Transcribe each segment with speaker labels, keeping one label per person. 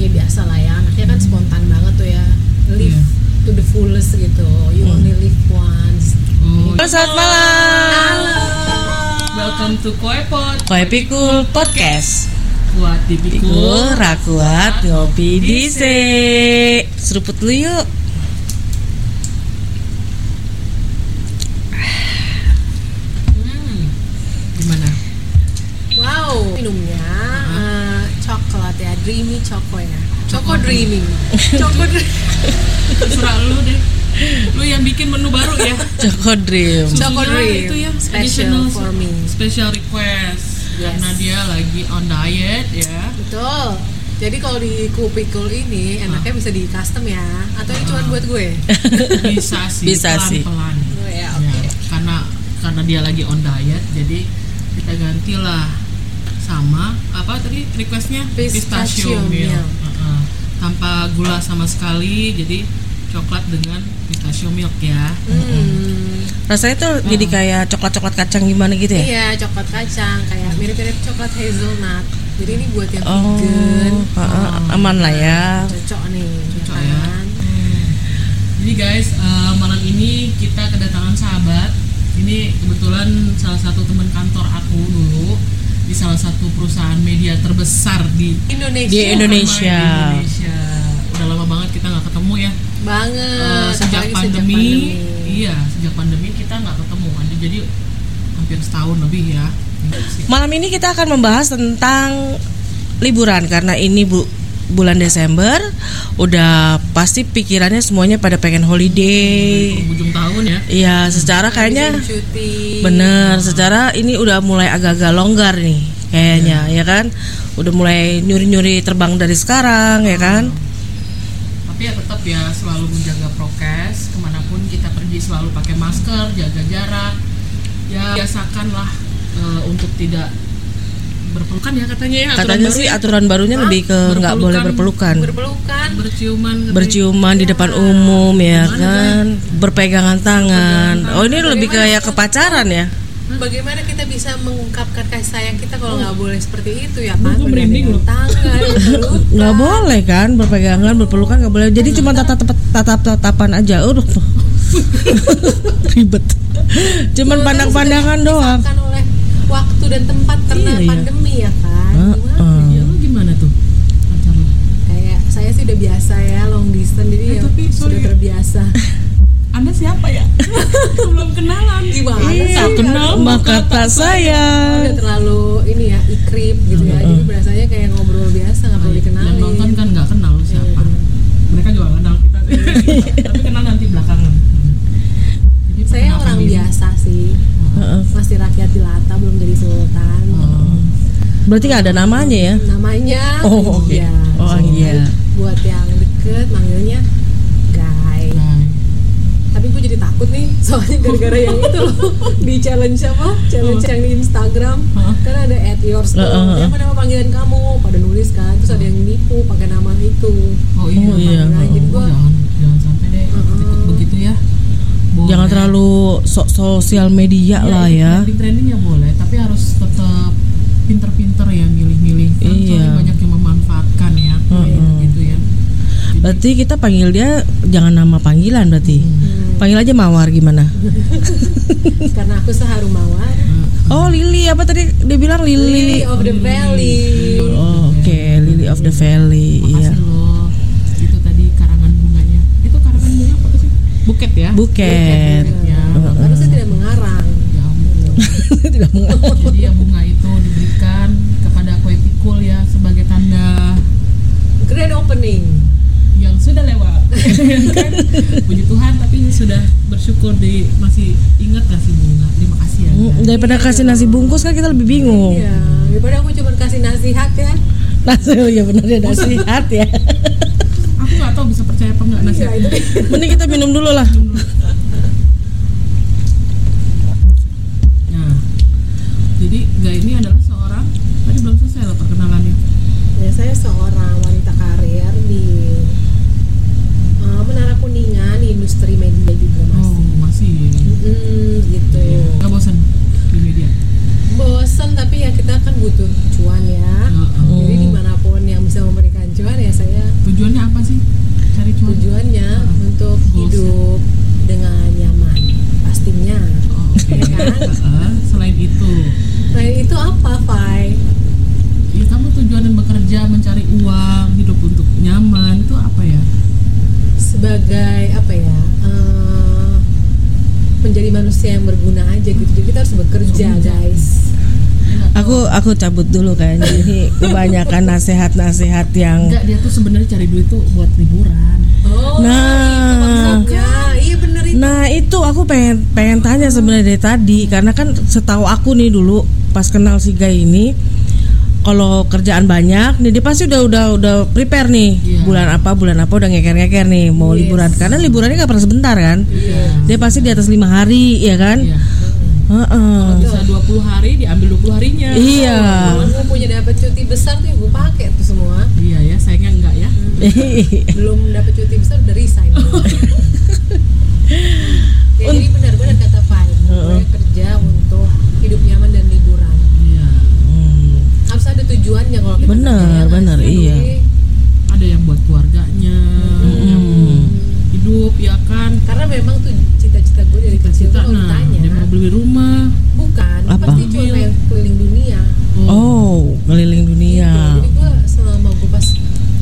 Speaker 1: biasa lah ya anaknya kan spontan banget tuh ya live to the fullest gitu you only live once
Speaker 2: Oh,
Speaker 3: Halo, selamat malam.
Speaker 2: welcome to Koepot
Speaker 3: Koi Pikul Podcast.
Speaker 2: buat
Speaker 3: Pikul
Speaker 2: dipikul.
Speaker 3: rakuat ngopi dise. Seruput dulu yuk.
Speaker 2: Hmm. Gimana?
Speaker 1: wow minumnya eh, coklat ya dreamy choco ya choco dreamy choco dreamy
Speaker 2: Terserah lu deh. Lu yang bikin menu baru ya.
Speaker 3: Joko Dream.
Speaker 2: Susunya
Speaker 1: Choco Dream,
Speaker 2: itu ya
Speaker 1: Iya, special
Speaker 2: additional
Speaker 1: for
Speaker 2: su-
Speaker 1: me.
Speaker 2: Special request karena dia lagi on diet ya.
Speaker 1: betul jadi kalau di kupikul ini enaknya bisa di custom ya atau ini cuma buat gue
Speaker 2: Bisa sih
Speaker 3: Bisa sih.
Speaker 2: pelan-pelan.
Speaker 1: gue ya oke
Speaker 2: Ya, karena karena dia lagi on diet jadi kita gantilah sama apa tadi requestnya
Speaker 1: Pistachio milk.
Speaker 2: Heeh. tanpa gula sama sekali jadi coklat dengan pistachio milk ya
Speaker 1: Hmm,
Speaker 3: Rasanya tuh jadi kayak coklat-coklat kacang gimana gitu ya?
Speaker 1: iya coklat kacang kayak mirip-mirip coklat hazelnut jadi ini buat yang
Speaker 3: Oh,
Speaker 1: vegan Hmm,
Speaker 3: heeh, aman lah ya.
Speaker 1: cocok nih kan?
Speaker 2: Cocok ya. jadi guys eh, malam ini kita kedatangan sahabat ini kebetulan salah satu teman kantor aku dulu di salah satu perusahaan media terbesar di
Speaker 1: Indonesia
Speaker 3: Di Indonesia.
Speaker 2: di Indonesia udah lama banget kita nggak ketemu ya
Speaker 1: banget
Speaker 2: Eh, sejak
Speaker 1: apalagi
Speaker 2: pandemi, iya sejak pandemi kita nggak ketemu kan jadi hampir setahun lebih ya
Speaker 3: Malam ini kita akan membahas tentang liburan karena ini bu bulan Desember udah pasti pikirannya semuanya pada pengen holiday.
Speaker 2: ujung tahun ya
Speaker 3: Iya, secara kayaknya
Speaker 1: Habisin cuti
Speaker 3: Bener, secara ini udah mulai agak-agak longgar nih kayaknya,
Speaker 2: Iya.
Speaker 3: ya kan? Udah mulai nyuri-nyuri terbang dari sekarang, ya kan?
Speaker 2: Hmm. tapi ya tetap ya selalu menjaga prokes kemanapun kita pergi selalu pakai masker jaga jarak ya biasakanlah eh, untuk tidak berpelukan ya katanya ya aturan
Speaker 3: Katanya
Speaker 2: baru
Speaker 3: sih
Speaker 2: ya.
Speaker 3: aturan barunya lebih ke nggak
Speaker 2: berpelukan.
Speaker 3: boleh berpelukan,
Speaker 1: berpelukan
Speaker 2: berciuman lebih-
Speaker 3: berciuman di depan umum, ya
Speaker 2: Gimana,
Speaker 3: kan? Berpegangan tangan.
Speaker 2: Berpegangan
Speaker 3: Oh ini lebih kayak ke pacaran ya?
Speaker 1: bagaimana kita bisa mengungkapkan kasih sayang kita kalau nggak boleh seperti itu ya
Speaker 2: Gua-
Speaker 1: kan
Speaker 2: gua merinding
Speaker 1: Bergandengan
Speaker 2: loh.
Speaker 1: tangan berpelukan.
Speaker 3: Nggak boleh kan? Berpegangan, berpelukan nggak boleh.
Speaker 2: Iya.
Speaker 3: Jadi cuma tatap tatap tatapan aja, udah tuh. Ribet. Cuman pandang-pandangan doang.
Speaker 1: Disahkan Kan oleh waktu dan tempat karena
Speaker 3: Iya, Ah, iya.
Speaker 1: pandemi ya kan Gimana?
Speaker 3: Heeh.
Speaker 2: ya lu gimana tuh pacar lu?
Speaker 1: kayak saya sih udah biasa ya long distance jadi
Speaker 2: Eh,
Speaker 1: ya
Speaker 2: tapi
Speaker 1: sudah
Speaker 2: sorry.
Speaker 1: terbiasa
Speaker 2: anda siapa ya belum kenalan
Speaker 1: gimana sih?
Speaker 3: Tak Iya, kenal maka tak sayang.
Speaker 1: udah terlalu ini ya ikrip gitu ya jadi berasanya kayak ngobrol biasa
Speaker 3: Iya,
Speaker 1: nggak perlu dikenalin
Speaker 2: Iya, yang nonton kan nggak kenal lu siapa mereka juga nggak kenal kita tapi kenal nanti belakangan Jadi
Speaker 1: saya
Speaker 2: perkenalkan
Speaker 1: orang
Speaker 3: kan
Speaker 2: diri.
Speaker 1: biasa sih
Speaker 3: Heeh.
Speaker 1: masih rakyat jelata belum jadi sultan
Speaker 2: Oh.
Speaker 3: Berarti nggak ada namanya ya?
Speaker 1: namanya
Speaker 3: Oh, oke.
Speaker 1: Anggia.
Speaker 3: Oh, Anggia.
Speaker 1: buat yang deket manggilnya guy
Speaker 2: Nah,
Speaker 1: tapi gue jadi takut nih soalnya gara-gara yang itu loh di challenge apa challenge yang di Instagram kan ada at yours tuh
Speaker 3: Oh. Heeh, heeh.
Speaker 1: apa nama panggilan kamu pada nulis kan terus ada yang nipu pakai nama itu
Speaker 2: oh iya,
Speaker 3: Oh, iya.
Speaker 2: Nah, jadi
Speaker 1: Oh.
Speaker 2: gua- jangan jangan sampai deh ikut begitu ya Boleh.
Speaker 3: Jangan terlalu sok sosial
Speaker 2: Iya,
Speaker 3: media lah ya.
Speaker 2: trending trending ya boleh tapi harus tetap pinter-pinter ya milih-milih kan soalnya
Speaker 3: Iya.
Speaker 2: banyak yang memanfaatkan ya gitu ya
Speaker 3: Berarti kita panggil dia jangan nama panggilan berarti.
Speaker 2: hmm,
Speaker 3: Panggil aja Mawar gimana?
Speaker 1: Hmm. karena aku seharum mawar
Speaker 3: Oh Lili apa tadi dia bilang Lili.
Speaker 1: Lily of the Valley
Speaker 2: Hmm.
Speaker 3: Oh, Oke Lily of the Valley. Iya.
Speaker 2: Makasih loh itu tadi karangan bunganya itu karangan bunga apa sih buket ya
Speaker 3: Buket.
Speaker 2: ya
Speaker 1: karena saya tidak mengarang
Speaker 2: ya ampun
Speaker 3: Tidak mengapa.
Speaker 2: jadi ya bunga itu diberikan kepada kue pikul ya sebagai tanda
Speaker 1: grand opening
Speaker 2: yang sudah lewat Kan? puji Tuhan tapi sudah bersyukur di masih ingat kasih bunga terima kasih ya
Speaker 3: Mm, Daripada kasih nasi bungkus kan kita lebih
Speaker 2: Oh.
Speaker 3: bingung.
Speaker 1: ya daripada aku cuma kasih nasihat ya
Speaker 3: Nasi ya benar ya nasihat ya.
Speaker 2: aku nggak tahu bisa percaya apa nggak
Speaker 1: ya
Speaker 2: nasihatnya
Speaker 1: itu dia.
Speaker 3: Mending kita minum dulu lah.
Speaker 2: nah jadi gak ini adalah seorang tadi belum selesai loh perkenalannya
Speaker 1: Ya, saya seorang wanita karir di uh, Menara Kuningan, di industri media juga
Speaker 2: oh
Speaker 1: masih.
Speaker 2: masih
Speaker 1: Mm, gitu.
Speaker 2: nggak bosan di media
Speaker 1: Bosen tapi ya kita kan butuh cuan ya.
Speaker 2: Heeh.
Speaker 1: Jadi dimanapun yang bisa memberikan cuan ya saya Nah,
Speaker 2: Oh, Ya, kerja mencari uang hidup untuk nyaman itu apa ya
Speaker 1: sebagai apa ya eh, menjadi manusia yang berguna aja gitu jadi kita harus bekerja guys
Speaker 3: Aku aku cabut dulu kan. Jadi kebanyakan nasihat-nasihat yang
Speaker 2: enggak dia tuh sebenarnya cari duit tuh buat liburan
Speaker 1: oh
Speaker 3: Nah,
Speaker 1: iya bener itu
Speaker 3: nah itu aku pengen pengen tanya sebenarnya dari tadi karena kan setahu aku nih dulu pas kenal si Guy ini kalau kerjaan banyak nih dia pasti udah udah udah prepare nih
Speaker 2: Iya.
Speaker 3: bulan apa bulan apa udah ngeker-ngeker nih mau
Speaker 1: Yes.
Speaker 3: liburan karena liburannya nggak pernah sebentar kan
Speaker 2: iya
Speaker 3: dia pasti di atas lima hari ya kan
Speaker 2: iya
Speaker 3: Heeh.
Speaker 2: bisa 20 hari diambil 20 harinya
Speaker 3: iya
Speaker 1: kalau gue punya dapat cuti besar tuh gue pakai tuh semua
Speaker 2: iya ya sayangnya enggak ya
Speaker 1: belum dapat cuti besar udah resign
Speaker 3: Oh.
Speaker 1: ya, jadi benar-benar kata Fai gue kerja untuk hidup nyaman dan liburan
Speaker 2: iya
Speaker 3: Hmm.
Speaker 1: harus ada tujuannya kalau kita
Speaker 3: Benar,
Speaker 1: kerja, ya nggak
Speaker 3: benar,
Speaker 1: sih,
Speaker 3: iya.
Speaker 1: Dwi?
Speaker 2: ada yang buat keluarganya yang hidup ya kan
Speaker 1: karena memang tuh cita-cita gue dari kecil tuh
Speaker 2: cita
Speaker 1: kalau
Speaker 2: nah
Speaker 1: ditanya
Speaker 2: dia mau beli rumah
Speaker 1: bukan
Speaker 3: Apa?
Speaker 1: pasti cuma pengen keliling dunia
Speaker 3: oh keliling dunia
Speaker 1: gitu. jadi gue selama gue pas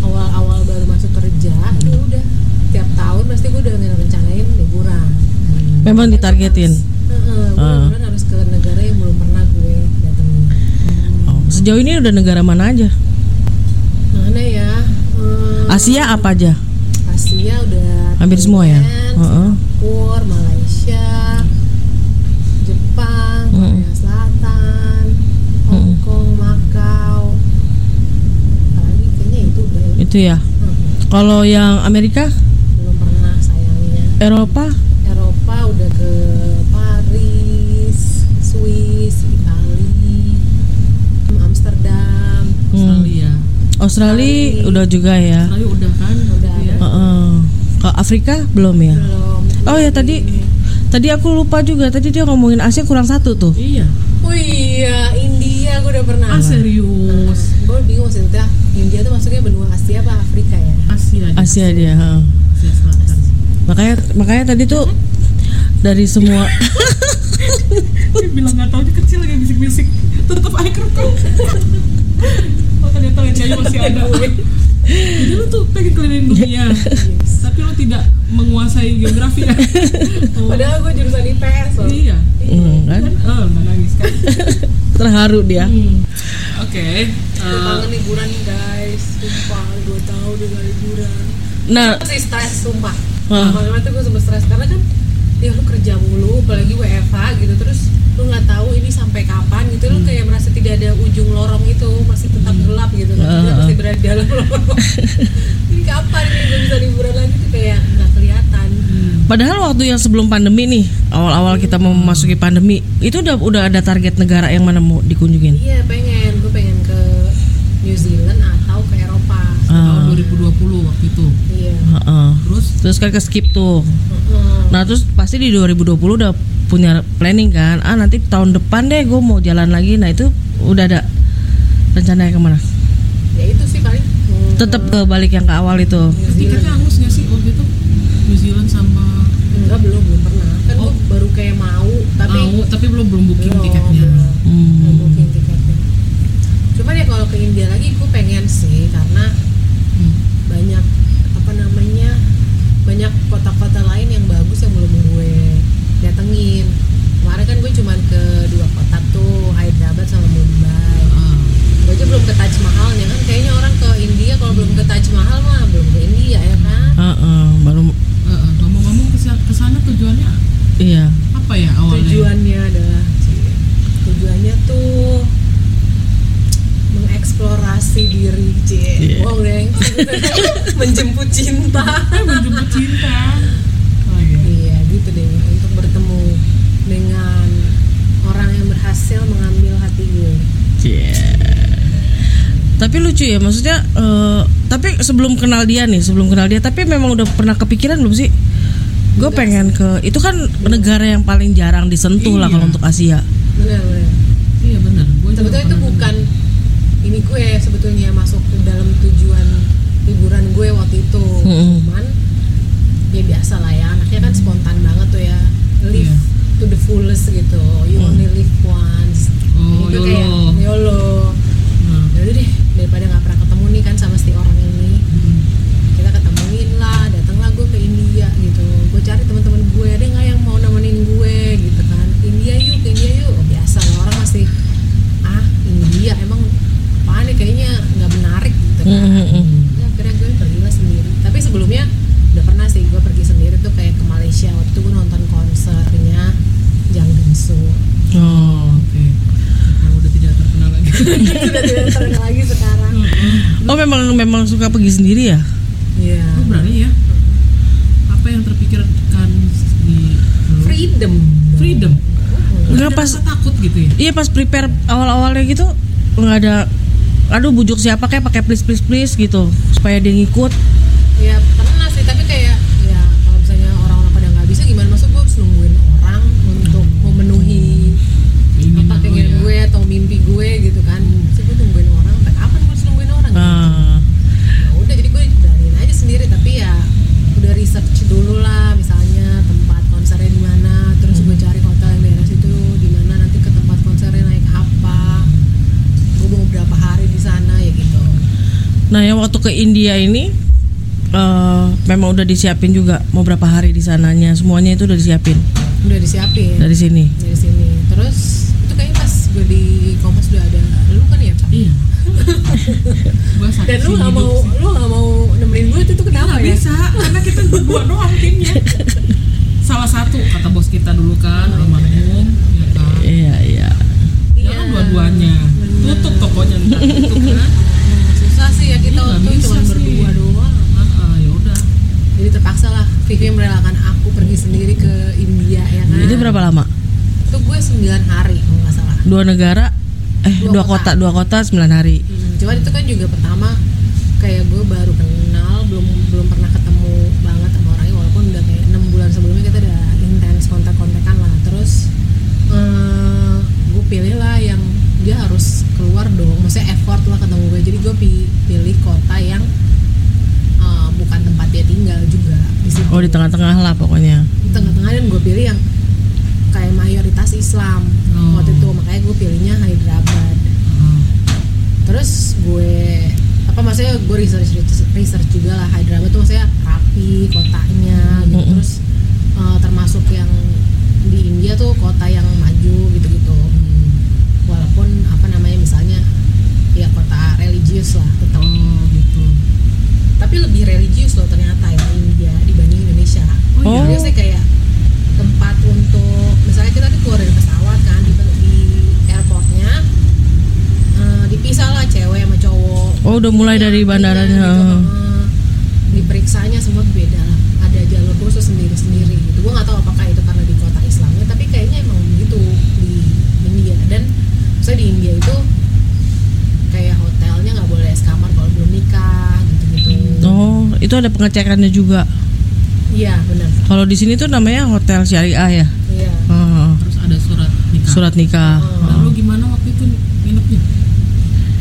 Speaker 1: awal-awal baru masuk kerja itu udah tiap tahun pasti gue udah rencanain liburan
Speaker 3: memang ditargetin
Speaker 1: Heeh, gue
Speaker 3: Ah.
Speaker 1: liburan harus ke negara yang belum pernah gue Hmm, datengin
Speaker 3: Oh, sejauh ini udah negara mana aja
Speaker 1: mana ya Hmm,
Speaker 3: Asia apa aja
Speaker 1: Asia udah
Speaker 3: Hampir semua ya?
Speaker 1: Thailand,
Speaker 3: Heeh.
Speaker 1: Singapura Malaysia Jepang
Speaker 3: Heeh.
Speaker 1: Korea Selatan Hong
Speaker 3: Heeh.
Speaker 1: Kong Makau apalagi kayaknya itu udah ya.
Speaker 3: itu ya
Speaker 1: Hmm,
Speaker 3: kalau yang Amerika
Speaker 1: belum pernah sayangnya
Speaker 3: Eropa
Speaker 1: Eropa udah ke Paris Swiss Itali Amsterdam
Speaker 3: hmm.
Speaker 2: Australia
Speaker 3: Australia
Speaker 1: Australia.
Speaker 3: udah juga ya
Speaker 2: Australia ya. udah kan
Speaker 1: Udah
Speaker 2: ya
Speaker 1: ada.
Speaker 3: Heeh. ke Afrika belum ya
Speaker 1: belum
Speaker 3: oh ya tadi tadi aku lupa juga tadi dia ngomongin Asia kurang satu tuh
Speaker 2: iya
Speaker 1: Wih, ya, India gue udah pernah.
Speaker 2: ah serius
Speaker 1: Gue bingung sih, entah India tuh masuknya benua Asia apa Afrika ya?
Speaker 2: Asia aja.
Speaker 3: Ah. Asia dia heeh.
Speaker 2: Asia Selatan
Speaker 3: makanya makanya tadi tuh dari semua
Speaker 2: Dia bilang nggak tahu dia kecil lagi bisik-bisik tutup air kerupuk oh ternyata lenjanya masih ada jadi lu tuh pengen keliling
Speaker 1: Iya.
Speaker 2: dunia tapi lu tidak menguasai geografi ya oh,
Speaker 1: Padahal gue jurusan IPS loh.
Speaker 2: iya
Speaker 3: Hmm, kan?
Speaker 2: kan eh nggak nangis kan
Speaker 3: terharu dia
Speaker 2: Hmm. oke
Speaker 1: Gue
Speaker 2: eh,
Speaker 1: Kangen liburan guys, sumpah gue tahu udah gak liburan.
Speaker 3: nah
Speaker 1: Masih stres sumpah.
Speaker 3: Hah.
Speaker 1: Kemarin tuh gue sempet stres karena kan ya lu kerja mulu, apalagi WFH gitu terus lu nggak tahu ini sampai kapan gitu
Speaker 3: Hmm.
Speaker 1: lu kayak merasa tidak ada ujung lorong itu masih tetap gelap gitu kan
Speaker 3: Ah,
Speaker 1: Kita
Speaker 3: ah.
Speaker 1: masih berada di dalam lorong ini kapan nih gue bisa liburan lagi tuh kayak nggak kelihatan
Speaker 2: hmm,
Speaker 3: padahal waktu yang sebelum pandemi nih awal-awal kita mau memasuki pandemi itu udah udah ada target negara yang mana mau dikunjungin
Speaker 1: Iya pengen, gue pengen ke New Zealand atau ke Eropa.
Speaker 2: tahun
Speaker 3: Ah,
Speaker 2: 2020 waktu itu
Speaker 1: Iya.
Speaker 3: heeh.
Speaker 2: terus
Speaker 3: terus kan ke skip tuh
Speaker 1: Heeh.
Speaker 3: Nah terus pasti di 2020 udah punya planning kan Ah nanti tahun depan deh gue mau jalan lagi Nah itu udah ada rencana yang kemana
Speaker 1: Ya itu sih paling. Hmm.
Speaker 3: Tetap ke balik yang ke awal itu
Speaker 1: New
Speaker 2: tiketnya
Speaker 1: Zealand.
Speaker 2: hangus nggak sih waktu itu New Zealand sama
Speaker 1: Enggak belum belum pernah. Kan
Speaker 2: Oh.
Speaker 1: gue baru kayak mau, tapi
Speaker 2: mau tapi belum belum booking
Speaker 1: belum,
Speaker 2: tiketnya
Speaker 1: belum. Belum
Speaker 3: hmm.
Speaker 1: booking tiketnya. Cuman ya kalau ke India lagi gue pengen sih karena
Speaker 2: Hmm.
Speaker 1: banyak apa namanya banyak kota-kota lain yang bagus yang belum gue datengin. Kemarin kan gue cuman ke dua kota tuh Hyderabad sama Mumbai.
Speaker 2: Ah.
Speaker 1: gue aja belum ke Taj Mahalnya kan kayaknya orang ke India kalau belum ke Taj Mahal mah belum ke India ya kan
Speaker 3: Heeh, baru
Speaker 2: Heeh, ah, ngomong-ngomong ke sana tujuannya
Speaker 3: iya
Speaker 2: apa ya awalnya?
Speaker 1: tujuannya adalah tujuannya tuh mengeksplorasi diri cie
Speaker 3: Iya.
Speaker 1: bohong deng menjemput cinta
Speaker 2: Eh, menjemput cinta. Oh iya.
Speaker 1: iya gitu deh untuk bertemu dengan orang yang berhasil mengambil hati gue
Speaker 3: Tapi lucu ya maksudnya eh, Tapi sebelum kenal dia nih sebelum kenal dia Tapi memang udah pernah kepikiran belum sih Gue pengen ke Itu kan negara yang paling jarang disentuh lah
Speaker 2: Iya.
Speaker 3: kalau untuk Asia
Speaker 1: benar benar
Speaker 2: Iya benar. Gua juga
Speaker 1: sebetulnya itu
Speaker 2: pernah
Speaker 1: bukan ini gue sebetulnya masuk ke dalam tujuan liburan gue waktu itu
Speaker 2: Hmm.
Speaker 3: Mm-mm.
Speaker 1: cuman ya biasa lah ya anaknya kan spontan banget tuh ya live
Speaker 2: Iya. Hmm.
Speaker 1: to the fullest gitu you only live once
Speaker 2: Oh,
Speaker 1: Jadi gue kayak yolo
Speaker 2: YOLO. Nah,
Speaker 1: ya udah deh daripada nggak pernah ketemu nih
Speaker 2: Hmm.
Speaker 1: gitu. gitu kan? Oh, "Ah, gitu kan." Ya,
Speaker 3: Mm-hmm.
Speaker 2: Oh,
Speaker 3: Oh memang memang suka pergi sendiri ya?
Speaker 1: Iya.
Speaker 2: Lu berani ya? Apa yang terpikirkan di lu?
Speaker 1: Freedom.
Speaker 2: freedom?
Speaker 3: Enggak pas
Speaker 2: Rasa takut gitu ya?
Speaker 3: Iya pas prepare awal-awalnya gitu nggak ada aduh bujuk siapa kayak pakai please please please gitu supaya dia ngikut
Speaker 1: Ya pernah sih, tapi kayak ya kalau misalnya orang-orang pada nggak bisa gimana maksud gue harus nungguin orang untuk memenuhi apa
Speaker 2: Keinginan lu
Speaker 1: keinginan
Speaker 2: ya.
Speaker 1: gue atau mimpi gue gitu kan. Maksud gue nungguin orang, sampai kapan gue harus nungguin orang?
Speaker 3: Ah,
Speaker 1: Ya udah jadi gue jalanin aja sendiri tapi ya udah research dulu lah misalnya tempat konsernya di mana terus gue cari hotel yang daerah situ di mana nanti ke tempat konsernya naik apa gue mau berapa hari di sana ya gitu
Speaker 3: nah yang waktu ke India ini eh, memang udah disiapin juga mau berapa hari di sananya semuanya itu udah disiapin
Speaker 1: udah disiapin
Speaker 3: dari sini
Speaker 1: dari sini terus itu kayaknya pas gue di kompas udah ada lu kan ya Cak?
Speaker 2: Iya. gua sakit
Speaker 1: dan lu
Speaker 2: sih
Speaker 1: nggak
Speaker 2: hidup
Speaker 1: mau
Speaker 2: sih.
Speaker 1: lu nggak mau nemenin gue itu tuh kenapa
Speaker 2: Nggak
Speaker 1: ya
Speaker 2: bisa, karena kita berdua doang timnya. Salah satu kata bos kita dulu kan, almarhum, ya kan.
Speaker 3: iya iya
Speaker 2: Jangan dua-duanya.
Speaker 1: bener.
Speaker 2: Tutup tokonya ntar gitu kan.
Speaker 1: Nah, susah sih ya kita
Speaker 2: Iya,
Speaker 1: waktu
Speaker 2: nggak
Speaker 1: itu
Speaker 2: bisa
Speaker 1: cuma
Speaker 2: sih.
Speaker 1: berdua doang
Speaker 2: Ah, ah, ya udah.
Speaker 1: jadi terpaksa lah Vivi merelakan aku pergi sendiri ke India ya kan
Speaker 3: itu berapa lama
Speaker 1: itu gue 9 hari kalau nggak salah
Speaker 3: dua negara eh
Speaker 1: Dua
Speaker 3: dua,
Speaker 1: kota.
Speaker 3: kota. dua kota 9 hari
Speaker 1: Hmm, cuman itu kan juga pertama kayak gue baru kenal belum belum pernah ketemu banget sama orangnya walaupun udah kayak enam bulan sebelumnya kita udah intens kontak-kontakan lah terus eh, gue pilih lah yang dia harus keluar dong maksudnya effort lah ketemu gue jadi gue pi- pilih kota yang eh, bukan tempat dia tinggal juga di situ
Speaker 3: oh di tengah-tengah lah pokoknya
Speaker 1: di tengah-tengah dan gue pilih yang kayak mayoritas Islam
Speaker 2: Oh.
Speaker 1: waktu itu makanya gue pilihnya Hyderabad
Speaker 2: Ah.
Speaker 1: terus gue apa maksudnya gue research research juga lah Hyderabad tuh maksudnya rapi kotanya gitu
Speaker 3: Mm-mm.
Speaker 1: terus eh, termasuk yang di India tuh kota yang maju gitu-gitu walaupun apa namanya misalnya ya kota religius lah tetap
Speaker 3: Mm.
Speaker 2: Oh, gitu.
Speaker 1: tapi lebih religius loh ternyata ya India dibanding Indonesia
Speaker 3: Oh.
Speaker 1: jadi sih kayak tempat untuk misalnya kita tuh keluar dari pesawat kan di, di airportnya eh, dipisah lah cewek sama cowok.
Speaker 3: oh udah mulai dari
Speaker 1: Iya,
Speaker 3: bandaranya
Speaker 1: gitu, eh, diperiksanya semua beda lah. Ada jalur khusus sendiri-sendiri gitu. Gue nggak tahu apakah itu karena di kota Islamnya, tapi kayaknya emang gitu di India. Dan saya di India itu kayak hotelnya nggak boleh sekamar kalau belum nikah gitu-gitu.
Speaker 3: oh itu ada pengecekannya juga
Speaker 1: Iya benar.
Speaker 3: kalau di sini tuh namanya hotel syariah ya oh.
Speaker 1: Iya.
Speaker 3: Heeh.
Speaker 2: Terus ada surat nikah.
Speaker 3: surat nikah.
Speaker 1: Oh.
Speaker 2: Lalu gimana waktu itu nginepnya?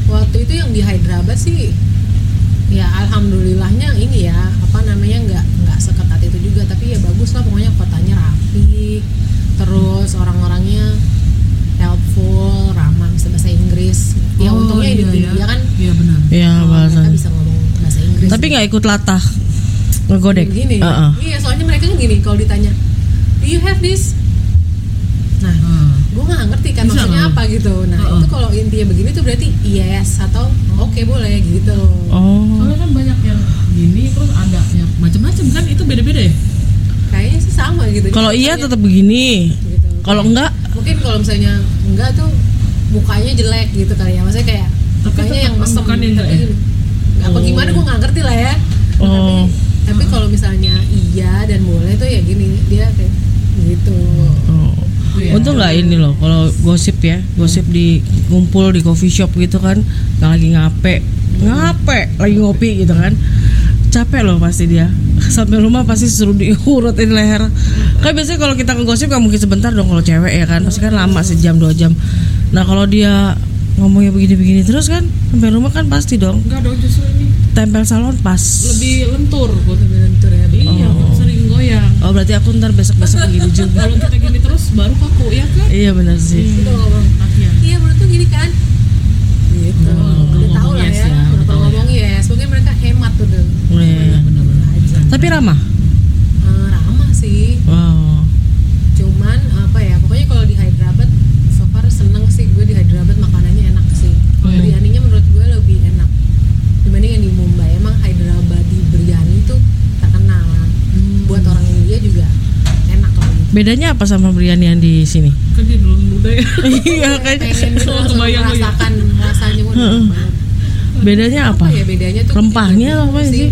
Speaker 1: waktu itu yang di Hyderabad sih ya alhamdulillahnya ini ya apa namanya nggak nggak seketat itu juga tapi ya bagus lah pokoknya kotanya rapi terus orang-orangnya helpful ramah bisa bahasa Inggris ya
Speaker 2: Oh,
Speaker 1: untungnya
Speaker 2: iya,
Speaker 1: hidup di
Speaker 2: iya.
Speaker 1: India kan
Speaker 2: Iya benar.
Speaker 3: Iya,
Speaker 1: uh,
Speaker 3: bahasa.
Speaker 1: mereka bisa ngomong bahasa Inggris
Speaker 3: Tapi nggak ikut Uh-uh. latah. Ngegodek.
Speaker 1: gini
Speaker 3: Heeh.
Speaker 1: iya soalnya mereka kan gini kalau ditanya do you have this nah
Speaker 2: Ah.
Speaker 1: gue nggak ngerti kan
Speaker 2: Bisa
Speaker 1: maksudnya
Speaker 2: nggak?
Speaker 1: apa gitu nah
Speaker 2: Heeh.
Speaker 1: itu kalau intinya begini tuh berarti yes atau oke boleh gitu
Speaker 3: Oh.
Speaker 2: Soalnya kan banyak yang gini terus ada yang macam-macam kan itu beda-beda ya?
Speaker 1: kayaknya sih sama gitu
Speaker 3: Kalau
Speaker 1: Jadi
Speaker 3: iya
Speaker 1: misalnya-
Speaker 3: tetap begini.
Speaker 1: gitu.
Speaker 3: Kalau enggak
Speaker 1: mungkin kalau misalnya enggak tuh mukanya jelek gitu kali ya maksudnya kayak
Speaker 2: Tapi
Speaker 1: mukanya
Speaker 2: tetap
Speaker 1: yang mesem gitu.
Speaker 2: bukan yang
Speaker 1: tapi
Speaker 2: enggak ya?
Speaker 1: nggak apa
Speaker 2: Oh.
Speaker 1: gimana gue nggak ngerti lah ya tapi
Speaker 3: Oh.
Speaker 1: tapi kalau misalnya iya dan boleh tuh ya gini dia kayak gitu
Speaker 3: Oh.
Speaker 2: Itu ya.
Speaker 3: Untung nggak ini loh kalau gosip ya, gosip di ngumpul di coffee shop gitu kan, nggak lagi ngape, ngape, lagi ngopi gitu kan, capek loh pasti dia. Sampai rumah pasti suruh diurutin leher. Kan biasanya kalau kita ngegosip nggak mungkin sebentar dong kalau cewek ya kan, pasti kan lama sejam dua jam. Nah kalau dia ngomongnya begini-begini terus kan, sampai rumah kan pasti dong
Speaker 2: Enggak dong justru ini
Speaker 3: tempel salon pas.
Speaker 2: lebih lentur gua tuh.
Speaker 1: dengan tur ya Bi.
Speaker 2: Iya,
Speaker 3: Oh.
Speaker 2: sering goyang.
Speaker 3: Oh berarti aku ntar besok besok begini juga.
Speaker 2: Kalau kita gini terus baru kaku ya kan?
Speaker 3: iya benar sih.
Speaker 1: Itu kalau ngomong
Speaker 2: Latihan.
Speaker 1: iya menurut tuh gini kan gitu
Speaker 2: Oh,
Speaker 1: udah
Speaker 2: ngomong
Speaker 1: tahu lah
Speaker 2: yes
Speaker 1: ya,
Speaker 2: ya,
Speaker 1: udah
Speaker 2: udah tahu
Speaker 1: perlu
Speaker 2: ya.
Speaker 1: ngomong yes mungkin mereka hemat tuh dong
Speaker 3: Iya.
Speaker 2: Benar-benar.
Speaker 1: aja
Speaker 3: Tapi ramah.
Speaker 1: Eh, ramah sih
Speaker 3: Wow.
Speaker 1: cuman apa ya pokoknya kalau di Hyderabad so far seneng sih gue di Hyderabad makanannya enak sih
Speaker 2: Oh, iya.
Speaker 1: biryaninya menurut gue lebih enak dibanding yang di Mumbai emang Hyderabad di biryani tuh terkenal
Speaker 2: Hmm.
Speaker 1: buat orang India juga enak lah gitu
Speaker 3: Bedanya apa sama biryani yang di sini?
Speaker 2: Kan dia dulu muda ya.
Speaker 3: Iya kayaknya.
Speaker 1: pengen gitu langsung
Speaker 2: Kebayang gue ya.
Speaker 1: merasakan rasanya gue
Speaker 3: Heeh. Bedanya apa?
Speaker 1: ya bedanya tuh
Speaker 3: Rempahnya
Speaker 1: juga
Speaker 3: apa sih?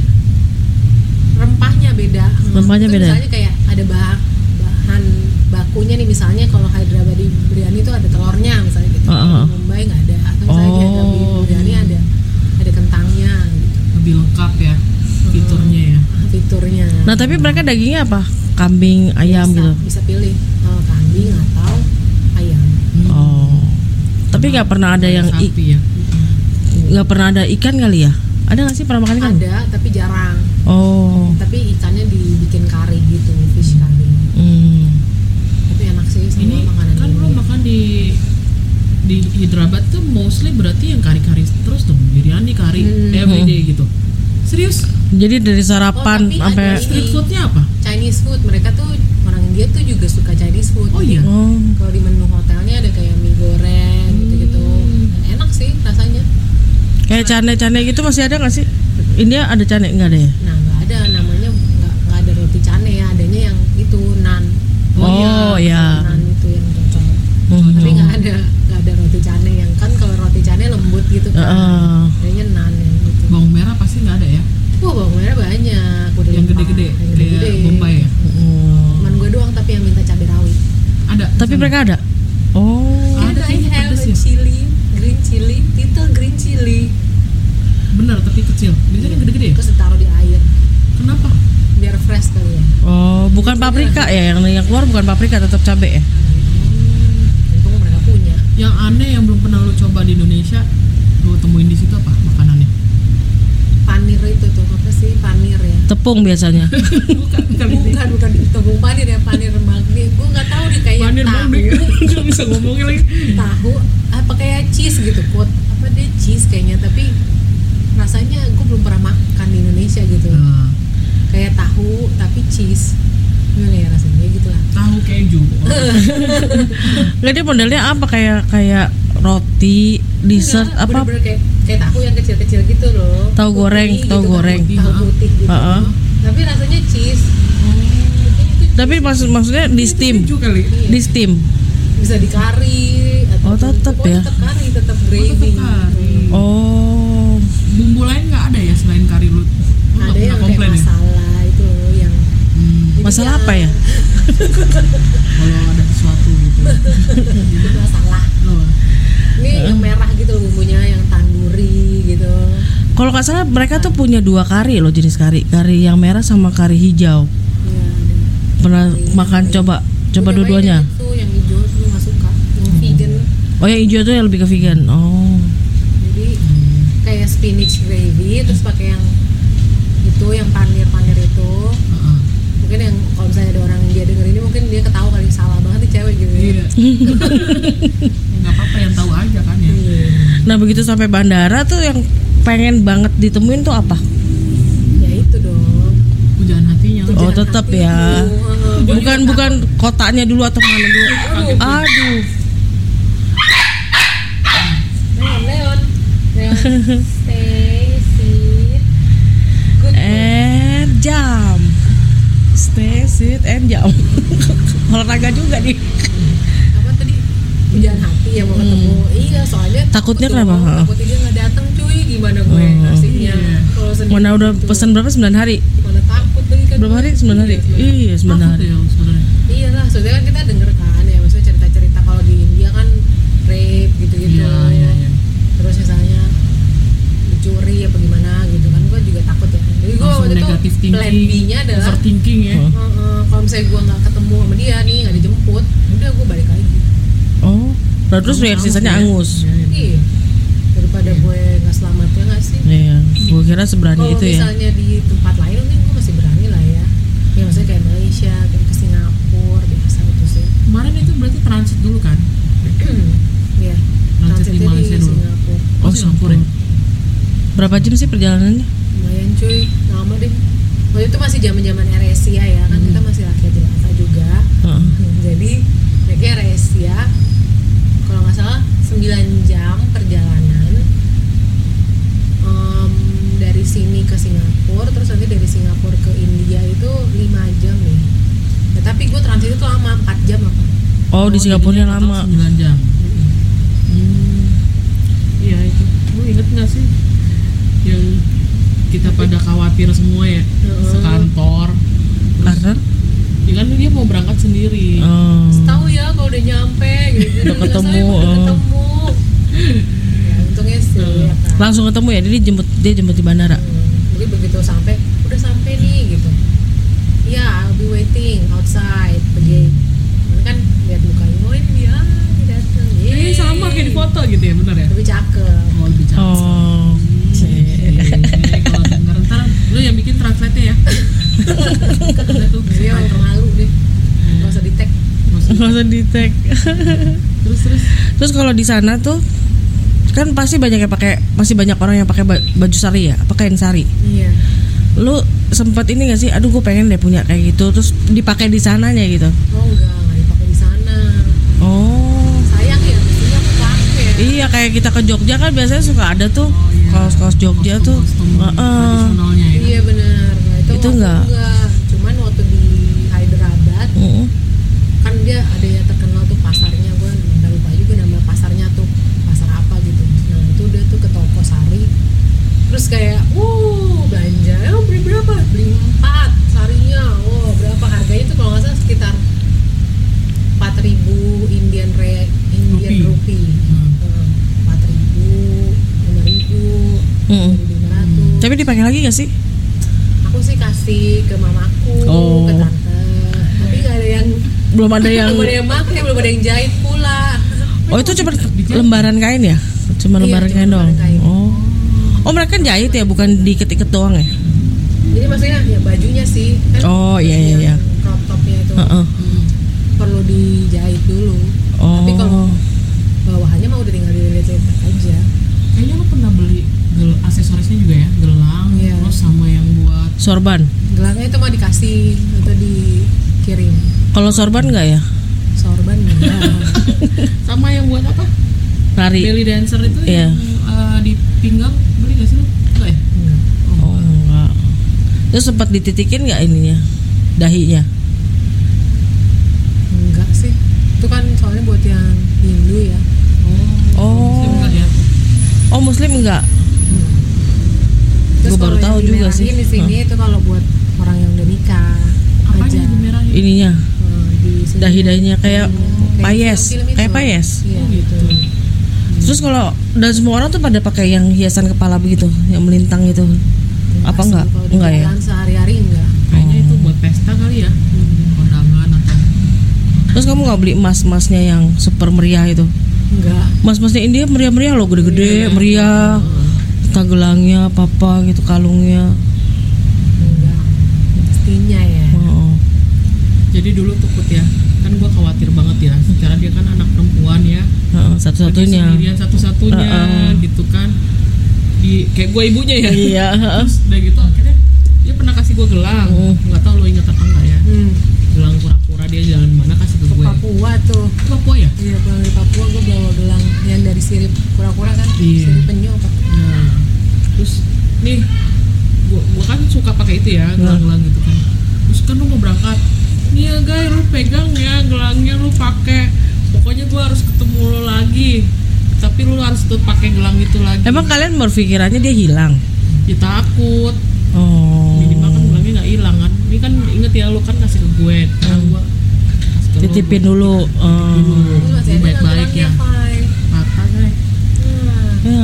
Speaker 1: rempahnya beda Hmm.
Speaker 3: Rempahnya
Speaker 1: Itu
Speaker 3: beda?
Speaker 1: misalnya kayak ada bahan bahan bakunya nih misalnya kalau Hyderabadi biryani itu ada telurnya misalnya gitu
Speaker 3: Ah, ah, ah.
Speaker 1: Di Mumbai nggak ada atau misalnya di Hyderabadi
Speaker 3: Oh.
Speaker 1: biryani ada ada kentangnya gitu
Speaker 2: lebih lengkap ya fiturnya ya
Speaker 1: Ah, fiturnya
Speaker 3: Nah tapi mereka dagingnya apa? Kambing, ayam
Speaker 1: bisa,
Speaker 3: gitu.
Speaker 1: bisa pilih eh, kambing atau ayam
Speaker 3: Oh. Tapi nggak pernah ada yang i-
Speaker 2: sapi ya
Speaker 3: nggak pernah ada ikan kali ya? Ada nggak sih pernah makan ikan?
Speaker 1: ada tapi jarang
Speaker 3: Kan Oh.
Speaker 1: tapi ikannya dibikin kari gitu fish curry
Speaker 3: Hmm.
Speaker 1: tapi enak sih semua
Speaker 2: ini
Speaker 1: makanan
Speaker 2: kan lo
Speaker 1: ini
Speaker 2: makan di di Hyderabad tuh mostly berarti yang kari-kari terus dong biryani kari
Speaker 1: Hmm.
Speaker 2: everyday gitu serius
Speaker 3: Jadi dari
Speaker 1: Oh,
Speaker 3: sarapan
Speaker 1: tapi
Speaker 3: sampai
Speaker 1: ada-
Speaker 2: street foodnya apa
Speaker 1: Chinese food mereka tuh orang India tuh juga suka Chinese food
Speaker 2: oh iya
Speaker 3: Oh.
Speaker 1: kalau di menu hotelnya ada kayak mie goreng gitu-gitu
Speaker 2: Hmm.
Speaker 1: Dan enak sih rasanya
Speaker 3: Kayak cane-cane gitu masih ada nggak sih? India ada cane nggak ada ya?
Speaker 1: nah nggak ada namanya nggak nggak ada roti cane ya adanya yang itu nan
Speaker 3: Oh, iya.
Speaker 1: nan itu yang cocok
Speaker 2: Oh
Speaker 1: Oh,
Speaker 3: Mhm.
Speaker 2: iya.
Speaker 1: tapi nggak ada nggak ada roti cane yang kan kalau roti cane lembut gitu kan
Speaker 3: Heeh.
Speaker 1: adanya nan yang gitu
Speaker 2: bawang merah pasti nggak ada ya
Speaker 1: wah bawang merah banyak udah
Speaker 2: Hmm. yang
Speaker 1: lupa.
Speaker 2: gede-gede
Speaker 1: yang
Speaker 2: kayak
Speaker 1: gede-gede
Speaker 2: bombay ya
Speaker 3: Hmm.
Speaker 1: cuman gue doang tapi yang minta cabai rawit
Speaker 2: ada
Speaker 3: Tapi mereka ada. Oh.
Speaker 2: Ada
Speaker 1: Can I
Speaker 2: sih,
Speaker 1: have
Speaker 2: pedes
Speaker 1: a
Speaker 2: ya.
Speaker 1: chili, green chili, little green chili
Speaker 2: bener tapi kecil
Speaker 1: Iya.
Speaker 2: biasanya gede-gede ya
Speaker 1: Terus ditaruh di air
Speaker 2: kenapa
Speaker 1: Biar fresh kali ya
Speaker 3: Oh, bukan paprika ya yang yang keluar bukan paprika tetap cabe ya?
Speaker 1: Hmm, Untung mereka punya
Speaker 2: yang aneh yang belum pernah lo coba di Indonesia lo temuin di situ apa makanannya
Speaker 1: Panir itu tuh, apa sih panir ya
Speaker 3: Tepung biasanya.
Speaker 2: bukan bukan ini.
Speaker 1: Bukan, bukan tepung panir ya, panir magni Gue nggak tahu deh, kayak
Speaker 2: Panir
Speaker 1: tahu
Speaker 2: Bang, dia nggak bisa ngomongin lagi
Speaker 1: Tahu, apa kayak cheese gitu Kuat, apa dia cheese kayaknya Tapi rasanya gue belum pernah makan di Indonesia gitu
Speaker 2: Nah,
Speaker 1: Kayak tahu, tapi cheese Gimana ya rasanya gitu lah
Speaker 2: tahu keju
Speaker 3: Nggak dia modelnya apa kayak kayak roti, dessert
Speaker 1: Enggak,
Speaker 3: apa?
Speaker 1: Iya, bener-bener kayak, kayak tahu yang kecil-kecil gitu loh
Speaker 3: Tahu
Speaker 1: Putih
Speaker 3: goreng, tahu
Speaker 1: kan,
Speaker 3: goreng.
Speaker 1: tahu
Speaker 2: Heeh.
Speaker 1: putih gitu
Speaker 3: Heeh. Oh.
Speaker 1: tapi rasanya cheese
Speaker 3: Tapi maksud maksudnya di steam,
Speaker 2: keju kali
Speaker 3: di steam.
Speaker 1: bisa di kari atau
Speaker 3: Oh, tetep ya?
Speaker 1: tetap kari tetap
Speaker 2: Oh, Tetep
Speaker 1: gravy
Speaker 2: kari.
Speaker 3: Oh.
Speaker 2: bumbu lain nggak ada ya selain kari lu Lu nggak
Speaker 1: ada
Speaker 2: pernah
Speaker 1: yang kayak
Speaker 2: ya
Speaker 1: masalah itu loh yang
Speaker 2: Hmm,
Speaker 1: Jadi
Speaker 3: Masalah
Speaker 1: yang-
Speaker 3: apa ya?
Speaker 2: kalau ada sesuatu gitu Oh.
Speaker 1: itu masalah
Speaker 2: Loh,
Speaker 1: ini yang merah gitu loh bumbunya yang tanduri gitu
Speaker 3: Kalau nggak salah mereka tuh punya dua kari loh jenis kari, kari yang merah sama kari
Speaker 1: ya
Speaker 3: hijau.
Speaker 1: ada.
Speaker 3: Pernah makan coba
Speaker 1: Gua
Speaker 3: coba
Speaker 1: cobain
Speaker 3: dua-duanya.
Speaker 1: yang itu yang hijau tuh nggak suka yang vegan
Speaker 3: Oh yang hijau tuh yang lebih ke vegan. Oh.
Speaker 1: jadi
Speaker 2: Hmm,
Speaker 1: kayak spinach gravy terus pakai yang itu yang panir panir itu
Speaker 2: heeh.
Speaker 1: mungkin yang kalau misalnya ada orang yang dia denger ini mungkin dia ketawa kali salah banget nih cewek gitu ya.
Speaker 2: iya nggak apa-apa yang tahu aja kan ya
Speaker 1: Iya.
Speaker 3: Nah begitu sampai bandara tuh yang pengen banget ditemuin tuh apa?
Speaker 1: ya itu dong
Speaker 2: hujan hatinya
Speaker 1: Itu
Speaker 3: Oh,
Speaker 1: jangan
Speaker 3: tetep
Speaker 1: hati
Speaker 3: ya.
Speaker 1: itu. Heeh.
Speaker 3: Bukan bukan kotanya dulu atau mana dulu.
Speaker 1: Aduh.
Speaker 3: Aduh.
Speaker 1: neon neon neon stay
Speaker 3: Eh.
Speaker 1: sit good
Speaker 3: And jam. Stay sit and jam. Olahraga juga nih.
Speaker 1: apa tadi hujan hati yang mau ketemu iya soalnya
Speaker 3: Hmm. Takutnya
Speaker 1: takut
Speaker 3: kenapa?
Speaker 1: dong, takutnya dia nggak datang cuy gimana gue
Speaker 3: Oh.
Speaker 1: ngasihnya
Speaker 2: Iya.
Speaker 1: kalau sendiri
Speaker 3: Mana udah
Speaker 1: gitu.
Speaker 3: pesan berapa? 9 hari.
Speaker 1: mana takut lagi kan
Speaker 3: Berapa
Speaker 1: gue.
Speaker 3: hari? 9 hari.
Speaker 1: Iya,
Speaker 3: Iya, 9
Speaker 2: Takut
Speaker 3: hari.
Speaker 2: ya sebenarnya
Speaker 1: Iya lah, soalnya kan kita denger kan ya, maksudnya cerita-cerita kalau di India kan rape gitu-gitu.
Speaker 2: iya iya iya
Speaker 1: Terus misalnya dicuri apa gimana gitu kan, gue juga takut ya. Jadi gue
Speaker 2: langsung
Speaker 1: waktu itu
Speaker 2: negatif
Speaker 1: plan
Speaker 2: thinking
Speaker 1: B-nya adalah
Speaker 2: overthinking ya
Speaker 3: Oh.
Speaker 1: "Eh, kalau misalnya gue nggak ketemu sama dia nih, nggak dijemput, udah gue balik lagi.
Speaker 3: Oh. Nah, terus yang sisanya angus.
Speaker 2: Iya, iya.
Speaker 1: Iya. Daripada gue nggak selamat ya nggak sih?
Speaker 3: Iya, gue kira seberani
Speaker 1: Kalau
Speaker 3: itu ya.
Speaker 1: misalnya di tempat lain mungkin gue masih berani lah ya. Ya maksudnya kayak Malaysia, kayak ke Singapura, biasa itu sih.
Speaker 2: kemarin itu berarti transit dulu kan
Speaker 1: ya,
Speaker 2: Transit
Speaker 1: transitnya
Speaker 2: di
Speaker 1: di
Speaker 2: Malaysia dulu.
Speaker 1: Singapura.
Speaker 2: oh Singapura ya?
Speaker 3: Berapa jam sih perjalanannya?
Speaker 1: lumayan cuy lama deh waktu itu masih zaman zaman Air Asia ya kan kita masih rakyat jelata juga Hmm,
Speaker 3: Heeh.
Speaker 1: jadi naiknya Air Asia kalau nggak salah 9 jam perjalanan Em, dari sini ke Singapura terus nanti dari Singapura ke India itu 5 jam nih Ya, tapi gue transit itu lama 4 jam apa
Speaker 3: Oh, di
Speaker 2: Oh,
Speaker 3: Singapura
Speaker 2: jadinya total
Speaker 3: lama.
Speaker 2: 9 jam. Hmm. Iya itu. Lu inget gak sih? yang kita pada khawatir semua ya
Speaker 1: Heeh.
Speaker 2: sekantor
Speaker 3: karena
Speaker 2: ya kan dia mau berangkat sendiri
Speaker 3: eh,
Speaker 1: tahu ya kalau udah nyampe gitu Temen
Speaker 3: Udah
Speaker 1: saya
Speaker 3: ketemu,
Speaker 1: udah
Speaker 3: eh.
Speaker 1: ketemu ya untungnya sih ya kan.
Speaker 3: langsung ketemu ya jadi jemput dia jemput di bandara
Speaker 1: Hmm, jadi begitu sampai udah sampai nih gitu ya I'll be waiting outside pergi Cuman kan lihat mukanya oh ini dia dia datang
Speaker 3: Iya,
Speaker 2: ini sama kayak di foto gitu ya bener ya
Speaker 1: lebih cakep
Speaker 2: mau lebih cantik
Speaker 3: oh
Speaker 2: Iya, kalau denger ntar lu yang bikin translate ya Iya. Ada tuh,
Speaker 1: dia orang terlalu deh nggak usah di tag
Speaker 2: maksud-
Speaker 3: nggak usah di tag
Speaker 2: terus terus
Speaker 3: terus kalau di sana tuh kan pasti banyak yang pakai masih banyak orang yang pakai ba- baju sari ya pakaian sari
Speaker 1: iya
Speaker 3: lu sempat ini gak sih aduh gue pengen deh punya kayak gitu terus dipakai di sananya gitu
Speaker 1: oh enggak nggak dipakai di sana
Speaker 3: oh
Speaker 1: sayang ya mestinya aku pakai
Speaker 3: iya kayak kita ke Jogja kan biasanya suka ada tuh
Speaker 2: iya.
Speaker 3: kaos-kaos Jogja tuh
Speaker 2: kostum
Speaker 3: Heeh.
Speaker 2: tradisionalnya ya
Speaker 1: iya benar Nah, itu,
Speaker 3: Itu
Speaker 1: waktu
Speaker 3: enggak.
Speaker 1: enggak cuman waktu di Hyderabad
Speaker 3: Mm-mm.
Speaker 1: kan dia ada yang terkenal tuh pasarnya gue udah lupa juga nama pasarnya tuh pasar apa gitu nah itu udah tuh ke toko sari terus kayak uh belanja ya beli berapa beli empat sarinya oh berapa harganya tuh kalau nggak salah sekitar 4000 Indian re Indian
Speaker 2: Rupi.
Speaker 1: rupi,
Speaker 2: Hmm.
Speaker 1: empat ribu lima ribu
Speaker 3: Mm-mm.
Speaker 1: ratus
Speaker 3: Hmm. tapi dipakai lagi gak sih
Speaker 1: aku sih kasih ke mamaku
Speaker 3: Oh.
Speaker 1: ke tante tapi gak ada yang
Speaker 3: belum ada yang
Speaker 1: belum ada yang pakai belum ada yang jahit pula
Speaker 3: oh itu cuma lembaran kain ya cuma
Speaker 1: Iya,
Speaker 3: lembaran
Speaker 1: cuma
Speaker 3: kain doang
Speaker 1: lembaran kain.
Speaker 3: oh oh mereka jahit ya bukan diiket-iket doang
Speaker 1: Iya.
Speaker 3: ya
Speaker 1: jadi maksudnya ya bajunya sih kan
Speaker 3: Oh, iya, iya, iya.
Speaker 1: yang crop topnya itu
Speaker 3: Heeh.
Speaker 2: Hmm.
Speaker 1: perlu dijahit dulu tapi kalau
Speaker 3: oh
Speaker 1: bawahannya mah udah tinggal dililit-lilit aja
Speaker 2: kayaknya lu pernah beli gel- aksesorisnya juga ya gelang
Speaker 1: Iya.
Speaker 2: terus sama yang buat
Speaker 3: sorban
Speaker 1: gelangnya itu mah dikasih atau dikirim
Speaker 3: kalau sorban nggak ya
Speaker 1: sorban enggak
Speaker 2: sama yang buat apa
Speaker 3: lari
Speaker 2: belly dancer itu
Speaker 3: Iya.
Speaker 2: yang eh, di pinggang beli gak sih lu enggak ya
Speaker 1: Enggak.
Speaker 3: oh enggak terus sempat dititikin nggak ininya dahinya
Speaker 1: enggak sih itu kan soalnya buat yang Hindu ya
Speaker 3: Oh.
Speaker 2: Muslim enggak ya?
Speaker 3: oh muslim nggak Gua
Speaker 1: kalau
Speaker 3: baru
Speaker 1: yang
Speaker 3: tahu juga
Speaker 1: dimerahin
Speaker 3: sih.
Speaker 1: di sini itu kalau buat orang yang udah nikah
Speaker 2: apa
Speaker 1: aja
Speaker 2: yang merahnya
Speaker 3: ininya
Speaker 1: Nah, di sini.
Speaker 3: dahi dahinya kayak
Speaker 1: Oh. Kayak
Speaker 3: payes
Speaker 1: film-film itu.
Speaker 3: kayak payes
Speaker 1: iya
Speaker 2: Oh,
Speaker 1: gitu
Speaker 2: gitu.
Speaker 3: Hmm. terus kalau dan semua orang tuh pada pakai yang hiasan kepala begitu yang melintang gitu. itu Apa
Speaker 1: Asal
Speaker 3: enggak?
Speaker 1: kalau di
Speaker 3: Enggak ya?
Speaker 1: jalan sehari-hari enggak Hmm,
Speaker 2: kayaknya itu buat pesta kali ya kondangan atau
Speaker 3: terus kamu nggak beli emas emasnya yang super meriah itu
Speaker 1: enggak
Speaker 3: emas emasnya India meriah meriah loh
Speaker 2: Iya.
Speaker 3: gede-gede meriah tagelangnya apa apa gitu kalungnya
Speaker 1: enggak pastinya ya
Speaker 3: oh.
Speaker 2: jadi dulu tuh Put, ya kan gua khawatir banget ya secara dia kan anak perempuan ya
Speaker 3: Heeh,
Speaker 2: Dia
Speaker 3: satu-satunya
Speaker 2: sendirian satu-satunya
Speaker 3: Heeh.
Speaker 2: gitu kan di kayak gua ibunya ya
Speaker 3: iya heeh.
Speaker 2: terus udah gitu akhirnya dia pernah kasih gua gelang
Speaker 3: Hmm.
Speaker 2: nggak tahu lo inget apa enggak ya
Speaker 1: hmm,
Speaker 2: gelang pura-pura dia jalan mana kasih ke
Speaker 1: ke
Speaker 2: gue
Speaker 1: Papua tuh
Speaker 2: Papua ya
Speaker 1: iya pulang dari Papua gue bawa gelang yang dari sirip kura-kura kan
Speaker 2: Iya.
Speaker 1: sirip penyu apa
Speaker 2: Nah, terus nih gua, gua kan suka pakai itu ya
Speaker 3: Iya.
Speaker 2: gelang-gelang gitu kan terus kan lu mau berangkat nih ya guys lu pegang ya gelangnya lu pakai pokoknya gua harus ketemu lu lagi tapi lu harus tuh pakai gelang itu lagi
Speaker 3: emang kalian berpikirannya dia hilang
Speaker 2: ya takut
Speaker 3: oh
Speaker 2: minimal kan gelangnya nggak hilang kan ini kan inget ya lu kan kasih ke gue kan gua kasih ke lu,
Speaker 3: Hmm. titipin
Speaker 2: gua
Speaker 3: dulu
Speaker 2: titipin
Speaker 3: eh.
Speaker 2: dulu
Speaker 1: Itu masih
Speaker 2: Lu
Speaker 1: ada nggak
Speaker 2: baik-baik
Speaker 1: gelangnya
Speaker 2: ya
Speaker 1: Fai
Speaker 2: patah deh
Speaker 1: Nah,
Speaker 3: Ya,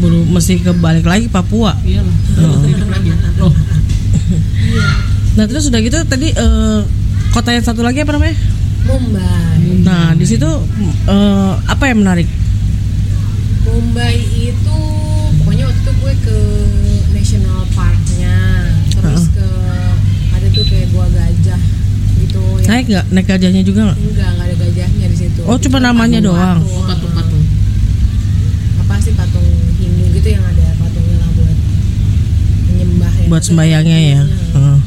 Speaker 3: baru mesti kebalik lagi Papua.
Speaker 2: iyalah
Speaker 3: Oh.
Speaker 2: terus titip lagi ya. loh
Speaker 3: Nah terus udah gitu tadi eh, kota yang satu lagi apa namanya?
Speaker 1: Mumbai
Speaker 3: Nah di situ eh, apa yang menarik?
Speaker 1: Mumbai itu pokoknya waktu itu gue ke national parknya terus
Speaker 3: Heeh.
Speaker 1: ke ada tuh kayak gua gajah gitu yang
Speaker 3: Naik nggak? Naik gajahnya juga nggak?
Speaker 1: enggak enggak ada gajahnya di situ
Speaker 3: Oh, cuma namanya
Speaker 1: Patung-
Speaker 3: doang.
Speaker 2: Oh,
Speaker 1: Oh, patung.
Speaker 2: patung-patung
Speaker 1: apa sih patung Hindu gitu yang ada patungnya lah buat menyembah ya.
Speaker 3: Buat sembayangnya ya.
Speaker 1: Iya.
Speaker 3: Heeh.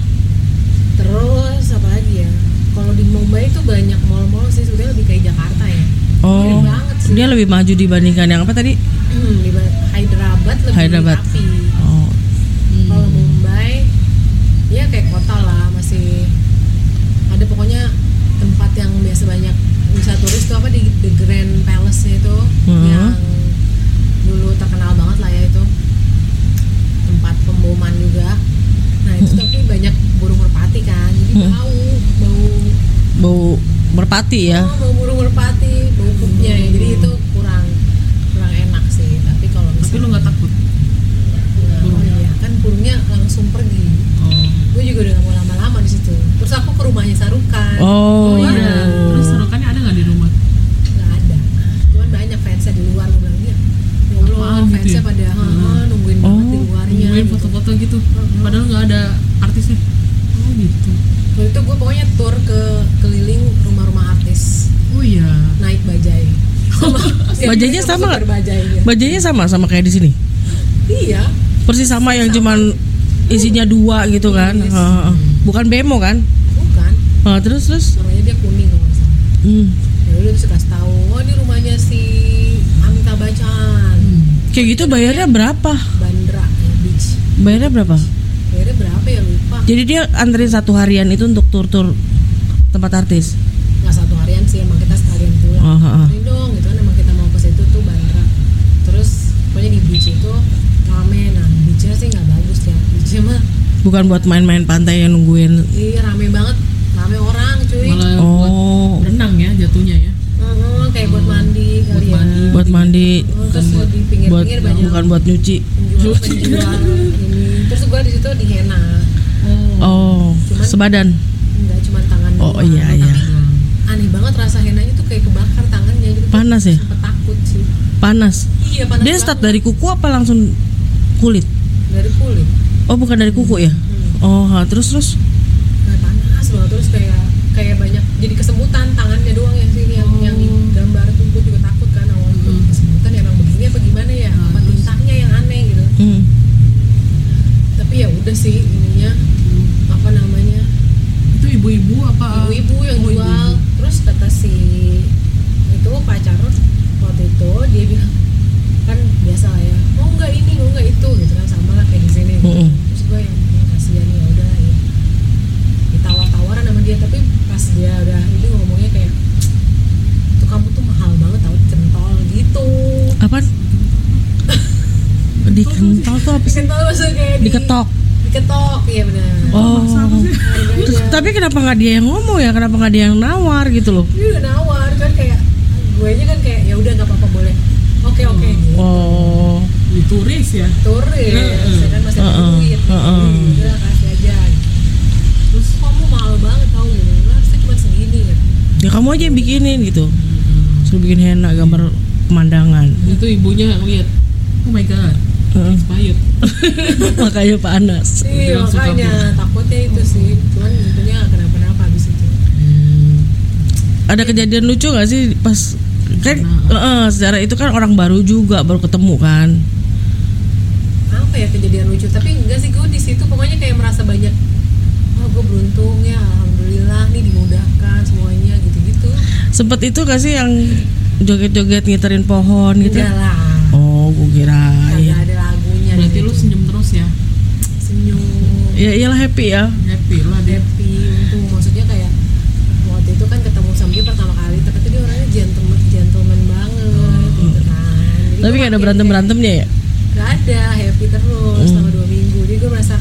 Speaker 1: Terus apa lagi ya? Kalau di Mumbai itu banyak mall-mall sih sebetulnya lebih kayak Jakarta ya. Gede
Speaker 3: Oh,
Speaker 1: banget sih.
Speaker 3: dia lebih maju dibandingkan yang apa tadi?
Speaker 1: Hmm, di Ba- Hyderabad lebih
Speaker 3: Hyderabad.
Speaker 1: rapi.
Speaker 3: Oh,
Speaker 2: Hmm.
Speaker 1: Kalau Mumbai ya kayak kota lah masih ada pokoknya tempat yang biasa banyak bisa turis tuh apa di The Grand Palace itu
Speaker 3: Hmm.
Speaker 1: yang dulu terkenal banget lah ya itu. Nah, kan,
Speaker 3: merpati ya.
Speaker 1: Oh, bau burung merpati bau poopnya ya jadi itu kurang kurang enak sih tapi kalau
Speaker 2: Tapi lu
Speaker 1: misalnya
Speaker 2: nggak takut?
Speaker 1: oh, iya kan burungnya langsung pergi
Speaker 2: Oh.
Speaker 1: gue juga udah gak mau lama-lama di situ terus aku ke rumahnya sarukan
Speaker 3: Oh,
Speaker 1: iya.
Speaker 3: iya.
Speaker 2: Terus serukannya ada nggak di rumah?
Speaker 1: nggak ada cuman banyak fansnya di luar gue bilang iya ya Allah
Speaker 2: Apaan gitu
Speaker 1: fansnya
Speaker 2: ya?
Speaker 1: pada "Ha, ha, nungguin
Speaker 3: Oh,
Speaker 1: banget di luarnya
Speaker 2: Nungguin
Speaker 1: gitu.
Speaker 2: foto-foto gitu. Padahal nggak ada artisnya. Oh gitu.
Speaker 1: waktu itu gue pokoknya tour ke keliling rumah-rumah artis
Speaker 2: Oh iya.
Speaker 1: naik bajai sama
Speaker 3: Bajainya sama nggak?
Speaker 1: super bajainya
Speaker 3: Bajanya sama sama kayak di sini.
Speaker 1: iya
Speaker 3: Persis sama yang cuman isinya dua gitu kan. Heeh. Bukan bemo kan?
Speaker 1: bukan
Speaker 3: Heeh, terus terus
Speaker 1: warnanya dia kuning kalau nggak salah
Speaker 3: hmm,
Speaker 1: ya udah terus kasih tahu oh ini rumahnya si Amita Bacan
Speaker 2: Hmm.
Speaker 3: kayak gitu bayarnya berapa?
Speaker 1: Bandra ya, Beach
Speaker 3: Bayarnya berapa?
Speaker 1: akhirnya berapa ya lupa
Speaker 3: Jadi dia anterin satu harian itu untuk tur-tur tempat artis.
Speaker 1: nggak satu harian sih emang kita sekalian pulang
Speaker 3: Oh, heeh.
Speaker 1: ini dong gitu kan emang kita mau ke situ tuh bandara terus pokoknya di beach itu rame nah beachnya sih nggak bagus ya beachnya mah
Speaker 3: Bukan buat main-main pantai yang nungguin.
Speaker 1: iya rame banget rame orang cuy
Speaker 2: Malah
Speaker 3: Oh,
Speaker 2: buat renang ya jatuhnya ya.
Speaker 1: Heeh, kayak buat mandi kali
Speaker 2: Iya, buat
Speaker 1: ya
Speaker 2: mandi.
Speaker 3: Hmm, buat mandi,
Speaker 1: Heeh, Oh, terus
Speaker 2: Bukan
Speaker 1: di
Speaker 3: buat
Speaker 1: pinggir-pinggir banyak
Speaker 3: bukan buat nyuci.
Speaker 1: penjual penjual ini terus gua di situ di henna
Speaker 2: Oh.
Speaker 3: Oh,
Speaker 1: Cuman-
Speaker 3: sebadan.
Speaker 1: nggak cuma tangan
Speaker 3: Oh,
Speaker 1: doang.
Speaker 3: iya, iya.
Speaker 1: Tapi aneh banget rasa henanya tuh kayak kebakar tangannya gitu
Speaker 3: Panas ya?
Speaker 1: sempet takut sih
Speaker 3: Panas.
Speaker 1: iya panas
Speaker 3: Dia start
Speaker 1: banget.
Speaker 3: dari kuku apa langsung kulit?
Speaker 1: dari kulit
Speaker 3: Oh, bukan dari kuku ya?
Speaker 1: Hmm.
Speaker 3: Oh, ha, terus terus.
Speaker 1: Nah, panas banget terus kayak kayak banyak jadi kesemutan tangannya doang yang sini yang yang digambar tuh gue juga takut kan awal tuh
Speaker 2: Oh. Hmm.
Speaker 1: kesemutan emang begini apa gimana ya apa
Speaker 2: Harus.
Speaker 1: tintanya yang aneh gitu
Speaker 3: Hmm.
Speaker 1: tapi ya udah sih ininya apa namanya
Speaker 2: Itu ibu-ibu apa?
Speaker 1: ibu-ibu yang jual
Speaker 2: Oh, ibu-ibu.
Speaker 1: terus kata si itu pacar waktu itu dia bilang kan biasa lah ya mau nggak ini mau nggak itu gitu kan sama lah kayak di sini gitu.
Speaker 3: Mm-mm.
Speaker 1: terus gue yang "Ya, kasihan ya udah ya ditawar-tawaran sama dia tapi pas dia udah ini ngomongnya kayak tuh kamu tuh mahal banget tau centol gitu
Speaker 3: Apa? Dikentol tuh apa?
Speaker 1: centol maksudnya kayak di-
Speaker 3: Diketok.
Speaker 1: diketok iya benar
Speaker 3: Oh.
Speaker 1: Harganya.
Speaker 3: Terus, tapi kenapa nggak dia yang ngomong ya? Kenapa nggak dia yang nawar gitu loh?
Speaker 1: dia udah nawar kan kayak gue nya kan kayak ya udah nggak apa-apa boleh oke oke
Speaker 2: Hmm.
Speaker 3: Oh.
Speaker 2: Di turis ya.
Speaker 1: turis
Speaker 2: Heeh.
Speaker 1: kan masih ada
Speaker 2: Hmm.
Speaker 3: Heeh,
Speaker 1: duit
Speaker 3: heeh.
Speaker 1: udah kasih aja terus kamu mahal banget tau gitu Lu harusnya cuma segini kan
Speaker 3: Ya kamu aja yang bikinin gitu.
Speaker 2: Hmm.
Speaker 3: Suruh bikin henna gambar pemandangan.
Speaker 2: Itu ibunya lihat. Oh my god.
Speaker 3: Heeh.
Speaker 2: Inspired.
Speaker 3: Makanya panas.
Speaker 1: iya
Speaker 2: langsung
Speaker 1: makanya takutnya itu sih
Speaker 2: Hmm.
Speaker 1: cuman untungnya nggak kenapa-napa abis itu
Speaker 3: Ada kejadian lucu gak sih pas kan eh, secara itu kan orang baru juga baru ketemu kan.
Speaker 1: apa ya kejadian lucu tapi enggak sih gue di situ pokoknya kayak merasa banyak oh gue beruntung ya alhamdulillah nih dimudahkan semuanya gitu-gitu
Speaker 3: Sempet itu gak sih yang joget-joget ngiterin pohon gitu?
Speaker 1: enggak lah
Speaker 3: Oh, gue kira.
Speaker 1: kagak ada lagunya
Speaker 2: ya? iya. Berarti
Speaker 1: gitu.
Speaker 2: lu senyum Iya, terus ya.
Speaker 1: senyum
Speaker 3: Ya iyalah happy ya.
Speaker 2: Happy lah dia.
Speaker 1: happy untung maksudnya kayak waktu itu kan ketemu sama dia pertama kali ternyata dia orangnya gentleman gentleman banget gitu kan Jadi
Speaker 3: Oh. Tapi
Speaker 1: gua
Speaker 3: gak ada
Speaker 1: makin
Speaker 3: berantem Oh. berantemnya ya.
Speaker 1: kayak, gak ada happy terus selama dua minggu jadi gue merasa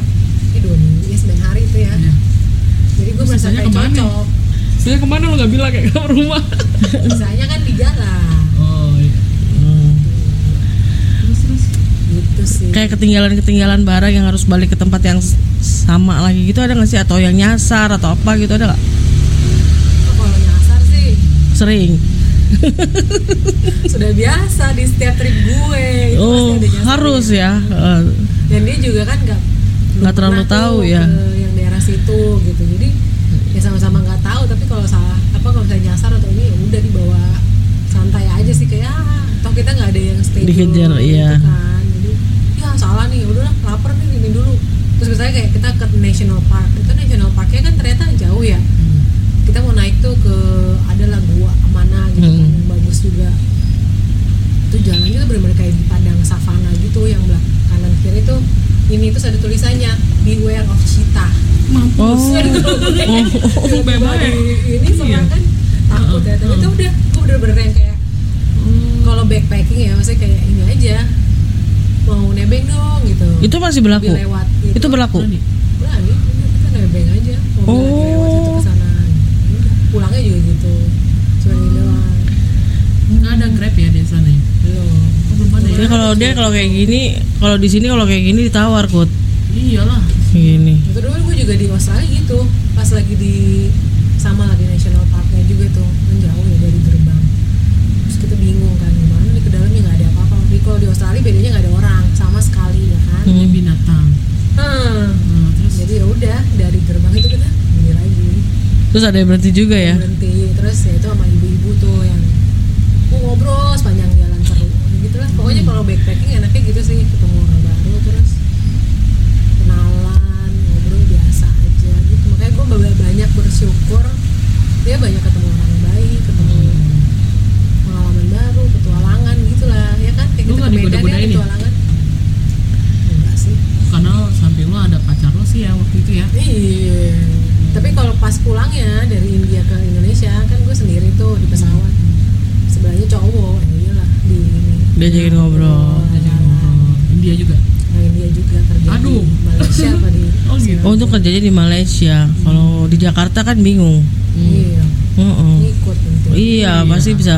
Speaker 1: eh dua minggu ya sembilan hari itu ya
Speaker 3: Iya.
Speaker 2: Ya.
Speaker 1: jadi gue
Speaker 2: Terus
Speaker 1: merasa
Speaker 2: sisanya
Speaker 1: kayak
Speaker 3: ya?
Speaker 2: kemana?
Speaker 1: cocok
Speaker 2: Saya kemana lu nggak bilang kayak ke rumah?
Speaker 1: misalnya kan di jalan
Speaker 2: Oh iya.
Speaker 3: Hmm.
Speaker 2: Terus terus.
Speaker 1: gitu sih
Speaker 3: Kayak ketinggalan-ketinggalan barang yang harus balik ke tempat yang s- sama lagi gitu ada gak sih atau yang nyasar atau apa gitu ada gak?
Speaker 1: Oh, kalau nyasar sih
Speaker 3: Sering.
Speaker 1: sudah biasa di setiap trip gue itu
Speaker 3: Oh,
Speaker 1: pasti ada nyasar iya.
Speaker 3: harus ya. Eh,
Speaker 1: dan dia juga kan nggak
Speaker 3: Nggak terlalu
Speaker 1: pernah
Speaker 3: tahu
Speaker 1: tuh
Speaker 3: ya.
Speaker 1: ke yang daerah situ gitu jadi ya sama-sama nggak tahu tapi kalau salah apa kalau misalnya nyasar atau ini ya udah dibawa santai aja sih kayak ah, toh kita nggak ada yang stay
Speaker 3: Dikejar,
Speaker 1: dulu,
Speaker 3: iya.
Speaker 1: gitu kan jadi ya salah nih udahlah lapar nih ini dulu terus misalnya kayak kita ke national park itu national parknya kan ternyata jauh ya kita mau naik tuh ke adalah gua mana gitu kan
Speaker 3: Hmm.
Speaker 1: yang bagus juga itu jalannya tuh bener-bener kayak di padang savana gitu yang belakang kanan kiri tuh ini terus ada tulisannya beware of cheetah
Speaker 3: Oh.
Speaker 1: Terus kan gua kayak-
Speaker 3: Iya,
Speaker 2: Oh,
Speaker 1: gua
Speaker 2: bye-bye.
Speaker 1: di- ini sekarang kan
Speaker 3: Uh-uh.
Speaker 1: takut ya tapi itu udah gue bener-bener yang kayak
Speaker 3: Hmm.
Speaker 1: kalau backpacking ya maksudnya kayak ini aja mau nebeng dong gitu
Speaker 3: Itu masih berlaku.
Speaker 1: Mobil lewat gitu.
Speaker 3: Itu berlaku.
Speaker 2: Berani.
Speaker 1: berani udah kita nebeng aja mobil lagi lewat
Speaker 3: Oh.
Speaker 1: itu ke sana Udah, Ya pulangnya juga gitu
Speaker 3: Oh.
Speaker 2: ya
Speaker 3: Dia kalau dia kalau kayak gini, kalau di sini kalau kayak gini ditawar kut.
Speaker 2: iyalah
Speaker 3: Gini.
Speaker 1: itu dulu gue juga di Australia gitu pas lagi di sama lagi national parknya juga tuh menjauh ya dari gerbang terus kita bingung kan gimana nih ke dalamnya nggak ada apa-apa tapi kalau di Australia bedanya nggak ada orang sama sekali ya kan
Speaker 3: Hmm. Iya.
Speaker 2: ini binatang
Speaker 1: hmm.
Speaker 2: Nah, terus
Speaker 1: jadi ya udah dari gerbang itu kita gini lagi
Speaker 3: Terus ada yang berhenti juga ya.
Speaker 1: berhenti terus ya itu sama ibu-ibu tuh yang "Oh, ngobrol sepanjang jalan seru gitu lah pokoknya
Speaker 2: Hmm.
Speaker 1: kalau backpacking enaknya gitu sih ketemu orang baru terus kenalan ngobrol biasa aja gitu makanya gue banyak bersyukur dia banyak ketemu orang baik ketemu
Speaker 2: Hmm.
Speaker 1: pengalaman baru petualangan gitulah ya kan kayak
Speaker 2: Lu
Speaker 1: kita
Speaker 2: nggak
Speaker 1: beda deh
Speaker 2: digoda-godain ya?
Speaker 1: petualangan enggak sih
Speaker 2: karena lo- samping lo ada pacar lo sih ya waktu itu ya
Speaker 1: Iya. Tapi kalau pas pulangnya dari India ke Indonesia kan gue sendiri tuh di pesawat. Sebelahnya cowok, ya iyalah di ini.
Speaker 3: Diajakin ngobrol.
Speaker 2: Diajak ngobrol India juga
Speaker 1: Nah, India juga kerja
Speaker 2: Aduh.
Speaker 1: di Malaysia apa di
Speaker 2: oh gitu
Speaker 3: Oh itu kerjanya di Malaysia. Kalau di Jakarta kan bingung.
Speaker 1: Iya,
Speaker 3: Mm-mm.
Speaker 1: ikut gitu.
Speaker 3: Oh. Iya, pasti bisa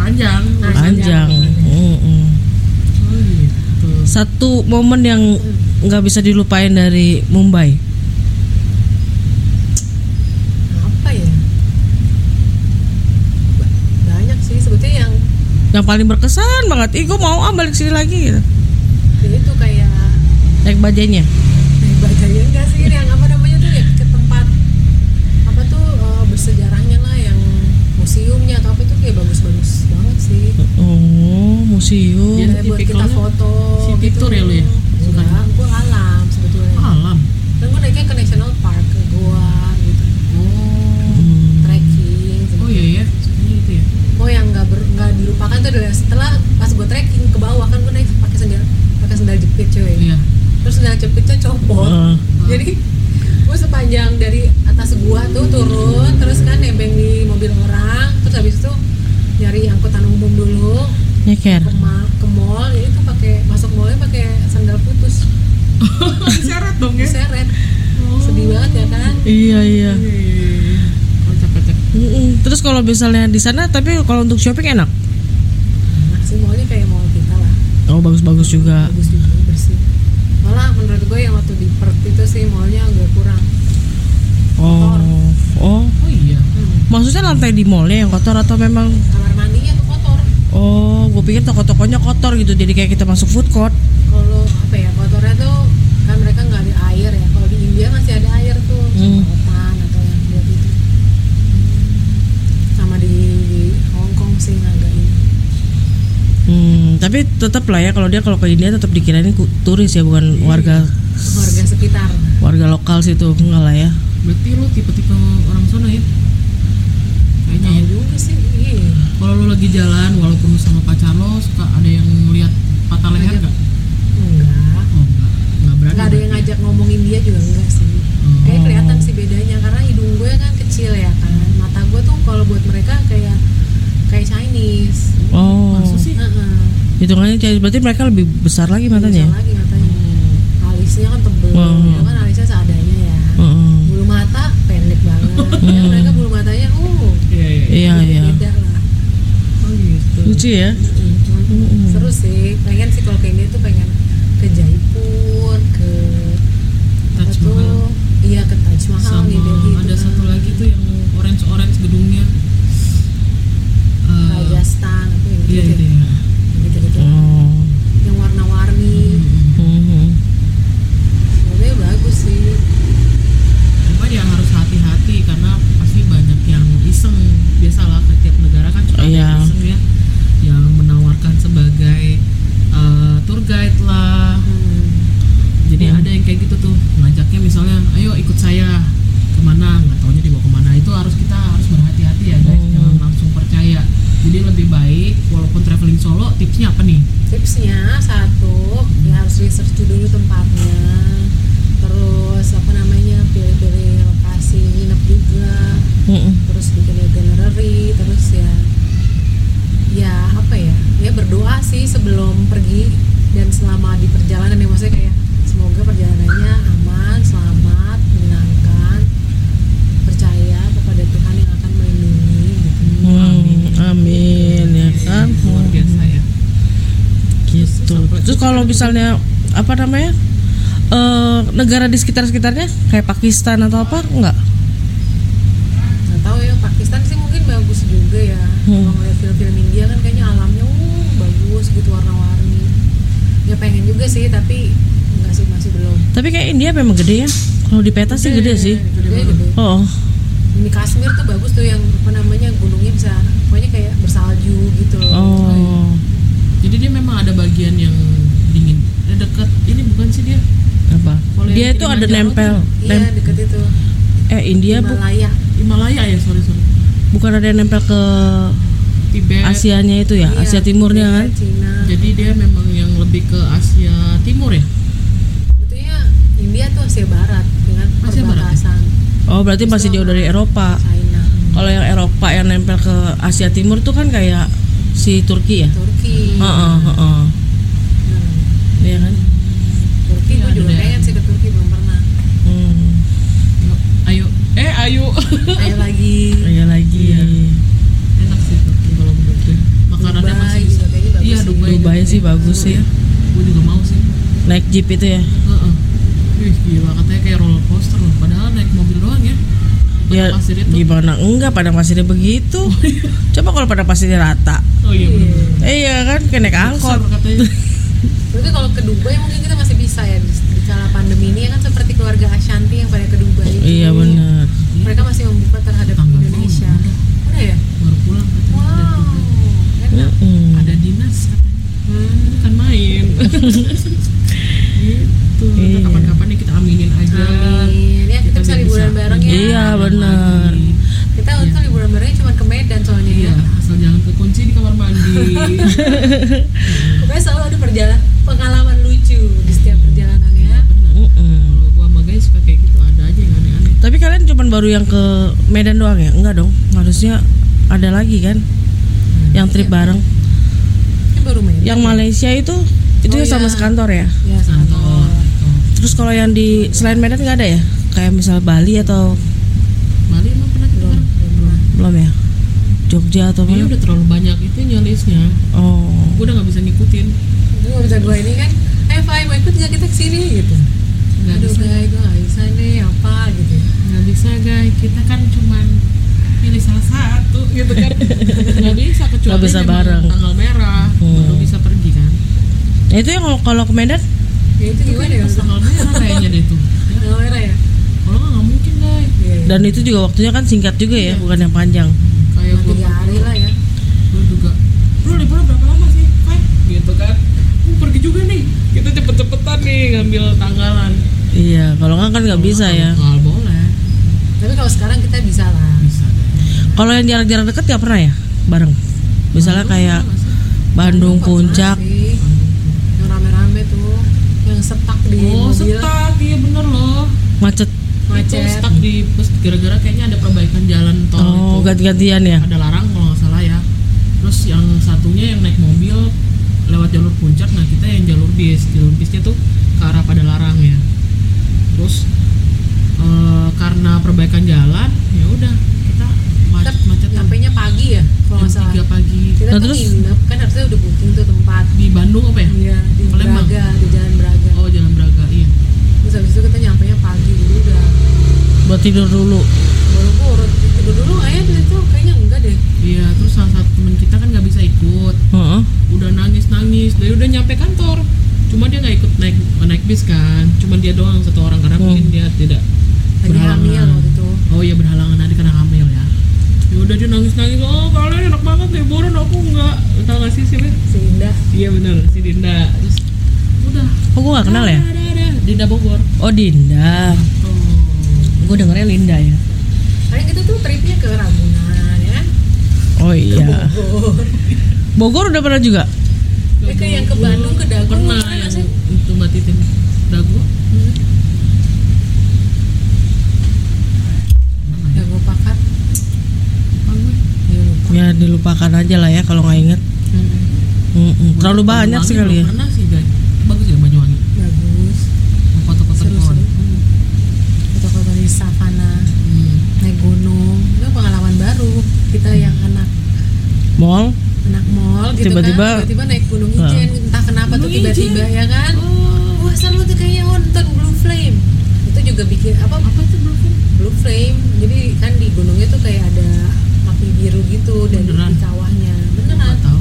Speaker 2: panjang
Speaker 3: panjang. Mm-mm.
Speaker 2: oh gitu
Speaker 3: Satu momen yang
Speaker 1: Hmm,
Speaker 3: nggak bisa dilupain dari Mumbai.
Speaker 1: Apa ya? Ba- Banyak sih sebetulnya yang
Speaker 3: Yang paling berkesan banget. Ih, gua mau ah balik sini lagi gitu.
Speaker 1: ya itu kayak
Speaker 3: Naik bajanya.
Speaker 1: naik bajanya enggak sih yang apa namanya tuh ya ke tempat apa tuh eh, bersejarahnya lah yang museumnya atau apa itu kayak bagus-bagus banget sih.
Speaker 3: Oh,
Speaker 2: Iya.
Speaker 3: museum.
Speaker 1: Kayak buat kita
Speaker 2: tipikalnya
Speaker 1: foto gitu.
Speaker 2: city tour ya Ah. lu ya?
Speaker 1: enggak gue alam sebetulnya
Speaker 2: alam
Speaker 1: dan gue naiknya ke national park ke gua gitu
Speaker 2: oh
Speaker 3: Hmm.
Speaker 1: trekking gitu.
Speaker 2: oh iya ya sebenarnya itu ya
Speaker 1: oh yang nggak ber- nggak dilupakan tuh adalah setelah pas gue trekking ke bawah kan gue naik pakai sandal pakai sandal jepit cuy
Speaker 2: iya Ah.
Speaker 1: terus sandal jepitnya copot
Speaker 3: Eh,
Speaker 1: jadi gue sepanjang dari atas gua tuh turun terus kan nebeng di mobil orang terus habis itu nyari angkutan umum dulu
Speaker 3: nyeker.
Speaker 1: ke, ma- ke mall jadi tuh pakai masuk mallnya pakai sandal putus
Speaker 2: diseret dong
Speaker 1: diseret sedih banget ya kan
Speaker 3: Iya, iya.
Speaker 2: oh capek-capek
Speaker 3: Mm-mm. Terus kalau misalnya di sana tapi kalau untuk shopping enak.
Speaker 1: sih mallnya kayak mall kita lah
Speaker 3: Oh, bagus-bagus juga.
Speaker 1: bagus juga bersih malah menurut gue yang waktu di Perth itu sih mallnya agak kurang
Speaker 3: Oh.
Speaker 2: oh
Speaker 3: Oh.
Speaker 2: iya
Speaker 3: Maksudnya lantai di mallnya yang kotor atau memang
Speaker 1: Hmm. kamar mandinya tuh kotor
Speaker 3: Oh, gue pikir toko-tokonya kotor gitu, jadi kayak kita masuk food court.
Speaker 1: kalau apa ya kotornya tuh kan mereka nggak ada air ya kalau di India masih ada air tuh
Speaker 3: Hmm.
Speaker 1: semprotan atau yang buat itu sama di, di Hong Kong sih agak ini
Speaker 3: Hmm, tapi tetap lah ya kalau dia kalau ke India tetap dikirain ku- turis ya, bukan warga
Speaker 1: warga sekitar
Speaker 3: warga lokal situ enggak lah ya.
Speaker 2: berarti lu tipe-tipe orang sono ya kayaknya
Speaker 1: Tahu
Speaker 2: ya
Speaker 1: juga sih iya
Speaker 2: kalau lu lagi jalan walaupun lu sama pacar lo suka ada yang ngeliat patah leher nggak
Speaker 1: enggak
Speaker 2: oh enggak enggak berani
Speaker 1: nggak ada yang ngajak ngomong India juga enggak sih kayak kelihatan sih bedanya karena hidung gue kan kecil ya kan mata gue tuh kalau buat mereka kayak kayak Chinese
Speaker 3: Oh.
Speaker 2: Maksud sih?
Speaker 1: Heeh.
Speaker 3: Hitungannya jadi- berarti mereka lebih besar lagi
Speaker 1: Bisa
Speaker 3: matanya.
Speaker 1: lagi matanya alisnya kan tebel
Speaker 2: Hmm.
Speaker 3: Wow.
Speaker 1: ya kan alisnya seadanya ya
Speaker 3: Heeh.
Speaker 1: bulu mata pendek banget ya
Speaker 3: Hmm.
Speaker 1: mereka bulu matanya uh
Speaker 2: iya iya
Speaker 3: Iya, iya.
Speaker 1: beda lah
Speaker 2: oh gitu
Speaker 3: Lucu ya.
Speaker 1: Mm-mm. Cuman
Speaker 2: Hmm.
Speaker 3: Mm-mm.
Speaker 1: seru sih pengen sih kalau kayak gitu pengen ke Jaipur ke apa
Speaker 2: Taj
Speaker 1: tuh
Speaker 2: Mahal.
Speaker 1: iya ke Taj Mahal
Speaker 2: sama
Speaker 1: nih Delhi itu
Speaker 2: ada
Speaker 1: kan.
Speaker 2: satu lagi tuh yang orange orange gedungnya Eh,
Speaker 1: Rajasthan apa yang
Speaker 2: iya Hmm.
Speaker 1: gitu
Speaker 2: itu ya
Speaker 1: gitu gitu
Speaker 3: Oh.
Speaker 1: yang warna-warni
Speaker 3: Mhm.
Speaker 2: Hmm.
Speaker 1: mobilnya bagus sih
Speaker 2: cuma ya harus hati-hati karena pasti banyak yang iseng biasalah ke tiap negara kan suka ada
Speaker 3: Iya.
Speaker 2: yang iseng ya yang menawarkan sebagai eh, tour guide lah jadi
Speaker 3: Hmm.
Speaker 2: ada yang kayak gitu tuh ngajaknya misalnya ayo ikut saya kemana nggak taunya dibawa kemana itu harus kita harus berhati-hati ya guys
Speaker 3: Hmm.
Speaker 2: jangan langsung percaya jadi lebih baik walaupun traveling solo tipsnya apa nih
Speaker 1: tipsnya satu ya harus research dulu tempatnya terus apa namanya pilih-pilih lokasi nginep juga
Speaker 3: Mhm.
Speaker 1: terus bikin itinerary terus ya ya apa ya ya berdoa sih sebelum pergi dan selama di perjalanan ya maksudnya kayak semoga perjalanannya aman selamat menyenangkan percaya kepada Tuhan yang akan melindungi gitu
Speaker 3: Hmm, Amin ya kan.
Speaker 2: luar biasa gitu, ya
Speaker 3: Gitu. kalau misalnya apa namanya eh, negara di sekitar sekitarnya kayak Pakistan atau apa nggak?
Speaker 1: nggak tahu ya Pakistan sih mungkin bagus juga ya
Speaker 3: Hmm.
Speaker 1: kalau ngeliat film-film India kan kayaknya alamnya uh, bagus gitu warna-warni ya pengen juga sih tapi nggak sih masih belum
Speaker 3: Tapi kayak India memang gede ya. Kalau di peta sih gede sih.
Speaker 1: Iya,
Speaker 2: Iya,
Speaker 1: gede gede
Speaker 3: Oh,
Speaker 1: di Kashmir tuh bagus tuh yang apa namanya gunungnya bisa pokoknya kayak bersalju gitu
Speaker 3: oh,
Speaker 2: Jadi dia memang ada bagian yang dingin. Ada dekat ini bukan sih dia?
Speaker 3: apa?
Speaker 2: Kalau
Speaker 3: Dia
Speaker 2: yang
Speaker 3: itu ada
Speaker 2: Kilimanjaro
Speaker 3: nempel.
Speaker 1: iya
Speaker 3: Nem-
Speaker 1: deket itu
Speaker 3: eh India bu-
Speaker 1: Himalaya
Speaker 2: Himalaya ya, sorry sorry.
Speaker 3: bukan ada yang nempel ke
Speaker 2: Tibet.
Speaker 3: Asianya itu ya,
Speaker 1: Iya,
Speaker 3: Asia Timurnya kan?
Speaker 1: Cina
Speaker 2: Jadi dia memang yang lebih ke Asia Timur ya?
Speaker 1: sebetulnya India tuh Asia Barat dengan
Speaker 2: Asia Barat, ya?
Speaker 1: perbatasan
Speaker 3: Oh, berarti masih jauh dari Eropa.
Speaker 1: China
Speaker 3: Kalau yang Eropa yang nempel ke Asia Timur tuh kan kayak si Turki ya?
Speaker 1: Turki
Speaker 3: Heeh, heeh.
Speaker 1: Nah,
Speaker 3: Iya kan?
Speaker 1: Turki gue
Speaker 3: Iya,
Speaker 1: juga
Speaker 2: ada.
Speaker 1: pengen sih ke Turki belum pernah
Speaker 3: Hmm.
Speaker 2: Ayo, eh ayo.
Speaker 1: ayo lagi
Speaker 3: Iya lagi.
Speaker 2: Iya. Enak sih Turki kalau menurut gue. Makanannya
Speaker 1: Dubai
Speaker 2: masih
Speaker 1: juga kayaknya bagus
Speaker 2: Iya,
Speaker 1: sih.
Speaker 2: Dubai.
Speaker 3: Dubai sih bagus sih.
Speaker 2: Gue juga mau sih.
Speaker 3: Naik jeep itu ya.
Speaker 2: Heeh. Wih, gila katanya kayak roller coaster loh. Padahal naik mobil doang ya.
Speaker 3: Ya
Speaker 2: Padang pasir itu.
Speaker 3: gimana enggak padang pasirnya begitu. Coba kalau padang pasirnya rata.
Speaker 2: Oh iya benar.
Speaker 3: Eh, iya kan kayak naik angkot.
Speaker 2: Angkot katanya. Iya,
Speaker 1: berarti kalau ke Dubai mungkin kita masih bisa ya di, di kala pandemi ini ya kan seperti keluarga Ashanti yang pada ke Dubai gitu.
Speaker 3: Iya benar.
Speaker 1: mereka masih membuka terhadap
Speaker 2: Tanggal
Speaker 1: Indonesia
Speaker 2: dua,
Speaker 1: udah ya
Speaker 2: Baru pulang katanya.
Speaker 1: wow
Speaker 2: Ada dinas.
Speaker 1: enak
Speaker 2: Ada dinas katanya.
Speaker 1: hmm.
Speaker 2: Bukan Kan main. gitu.
Speaker 3: Iya.
Speaker 2: Kapan-kapan nih kita aminin aja.
Speaker 1: amin ya kita bisa liburan bareng ya
Speaker 3: Iya, benar.
Speaker 1: kita untuk liburan barengnya cuma ke Medan soalnya
Speaker 2: Iya,
Speaker 1: ya
Speaker 2: asal jangan kekunci di kamar mandi.
Speaker 1: pokoknya selalu ada perjalanan pengalaman lucu di setiap perjalanan ya
Speaker 2: Benar.
Speaker 3: Mm-mm.
Speaker 2: Kalau gua sama guys suka kayak gitu, ada aja yang aneh-aneh.
Speaker 3: Tapi kalian cuman baru yang ke Medan doang ya? Enggak dong. Harusnya ada lagi kan yang trip bareng.
Speaker 1: ini baru Medan
Speaker 3: Yang Malaysia itu itu
Speaker 1: Oh,
Speaker 3: ya sama
Speaker 1: iya.
Speaker 3: sekantor ya.
Speaker 1: ya
Speaker 2: Kantor
Speaker 1: sama
Speaker 2: gitu.
Speaker 3: Terus kalau yang di selain Medan nggak ada ya? Kayak misal Bali atau
Speaker 2: Bali emang pernah ke
Speaker 1: belum
Speaker 2: Jakarta?
Speaker 1: belum
Speaker 3: belum ya? Jogja atau
Speaker 2: Dia
Speaker 3: mana?
Speaker 2: Iya, udah terlalu banyak itu listnya.
Speaker 3: Oh.
Speaker 2: Gua udah nggak bisa ngikutin.
Speaker 1: gue gak bisa gue ini kan eh Fai mau ikut gak kita kesini gitu
Speaker 2: Nggak
Speaker 1: aduh
Speaker 2: bisa.
Speaker 1: guys gue gak bisa nih apa gitu
Speaker 2: Nggak bisa guys. Kita kan cuman pilih salah satu gitu kan. Nggak bisa kecuali
Speaker 3: Nggak bisa
Speaker 2: memang
Speaker 3: bareng.
Speaker 2: tanggal merah baru
Speaker 3: Hmm.
Speaker 2: bisa pergi kan.
Speaker 3: Nah, itu yang kalau- kalau ke Medan
Speaker 1: ya itu gimana ya
Speaker 2: Pas tanggal merah kayaknya deh tuh. Ya,
Speaker 1: tanggal merah ya
Speaker 2: Kalau nggak nggak mungkin guys.
Speaker 3: dan itu juga waktunya kan singkat juga ya, bukan yang panjang.
Speaker 1: Cuma
Speaker 2: Kayak gua
Speaker 1: tiga hari lah ya
Speaker 2: lu juga lu liburan berapa lama sih Fai gitu kan lu pergi juga nih kita cepet-cepetan nih ngambil tanggalan
Speaker 3: Iya, kalau nggak kan nggak bisa ya.
Speaker 2: nggak boleh
Speaker 1: tapi kalau sekarang kita bisa lah
Speaker 2: bisa
Speaker 3: Kalau yang jarak-jarak dekat nggak pernah ya bareng. Misalnya kayak
Speaker 2: Nggak sih?
Speaker 3: Bandung Puncak.
Speaker 1: Sih, yang rame-rame tuh yang setak di
Speaker 2: oh
Speaker 1: mobil
Speaker 2: stuck iya bener loh
Speaker 3: macet
Speaker 1: Macet.
Speaker 2: itu stuck di bus gara-gara kayaknya ada perbaikan jalan tol
Speaker 3: oh
Speaker 2: itu
Speaker 3: ganti-gantian
Speaker 1: iya.
Speaker 3: ya
Speaker 2: ada larang kalau nggak salah ya terus yang satunya yang naik mobil lewat jalur puncak nah kita yang jalur bis jalur bisnya tuh ke arah pada larang ya terus eh, karena perbaikan jalan ya udah
Speaker 1: kita
Speaker 2: kita macet macetan
Speaker 1: nyampe nya pagi ya kalau
Speaker 2: jam
Speaker 1: nggak salah
Speaker 2: tiga pagi
Speaker 1: kita
Speaker 3: Nah,
Speaker 1: tuh
Speaker 3: terus?
Speaker 1: nginep kan harusnya udah booking tuh tempat
Speaker 2: di Bandung apa ya
Speaker 1: iya di
Speaker 2: Palembang.
Speaker 1: Braga di Jalan Braga
Speaker 2: oh Jalan Braga iya
Speaker 1: terus habis itu kita nyampe nya pagi dulu udah
Speaker 3: buat tidur dulu
Speaker 1: baru gue urut tidur dulu aja di situ kayaknya enggak deh
Speaker 2: iya terus salah satu temen kita kan nggak bisa ikut
Speaker 3: Heeh.
Speaker 2: udah nangis nangis dari udah nyampe kantor cuma dia nggak ikut naik naik bis kan cuma dia doang satu orang karena
Speaker 3: Hmm.
Speaker 2: mungkin dia tidak
Speaker 1: lagi hamil waktu itu
Speaker 2: oh iya berhalangan tadi karena hamil ya ya udah dia nangis nangis oh kalian enak banget liburan aku nggak tau gak sih siapa
Speaker 1: si Indah
Speaker 2: iya benar si Dinda terus udah
Speaker 3: oh gua gak kenal ya
Speaker 2: ada ada ada. Dinda Bogor
Speaker 3: oh Dinda
Speaker 2: oh
Speaker 3: gua dengernya Linda ya
Speaker 1: karena kita tuh tripnya ke Ragunan ya kan?
Speaker 3: oh iya
Speaker 1: Bogor
Speaker 3: Bogor udah pernah juga
Speaker 1: Eh, ke yang ke Bandung ke Dago
Speaker 2: pernah
Speaker 1: pernah
Speaker 2: yang
Speaker 1: nggak sih
Speaker 2: itu mbak Titin dagu
Speaker 1: Hmm. Dago Pakat
Speaker 2: Lupa gue.
Speaker 1: ya lupa
Speaker 3: ya dilupakan aja lah ya kalau nggak inget Mm-mm. terlalu banyak
Speaker 2: Banyuwangi
Speaker 3: sih kali
Speaker 2: belum
Speaker 3: ya
Speaker 2: pernah sih guys bagus ya Banyuwangi
Speaker 1: bagus
Speaker 2: foto-foto
Speaker 1: Seru,
Speaker 2: pohon
Speaker 1: seru. foto-foto di savana
Speaker 2: Hmm.
Speaker 1: naik gunung itu pengalaman baru kita yang anak
Speaker 3: mall
Speaker 1: anak mall gitu
Speaker 3: tiba-tiba
Speaker 1: kan tiba-tiba naik gunung ijen entah kenapa tuh
Speaker 2: Ah. Gunung Ijen.
Speaker 1: tiba-tiba ya kan
Speaker 2: Oh.
Speaker 1: wah seru tuh kayaknya oh, nonton blue flame itu juga bikin apa
Speaker 2: apa itu belum
Speaker 1: blue flame jadi kan di gunungnya tuh kayak ada api biru gitu dan
Speaker 2: Beneran?
Speaker 1: di kawahnya beneran
Speaker 2: nggak tahu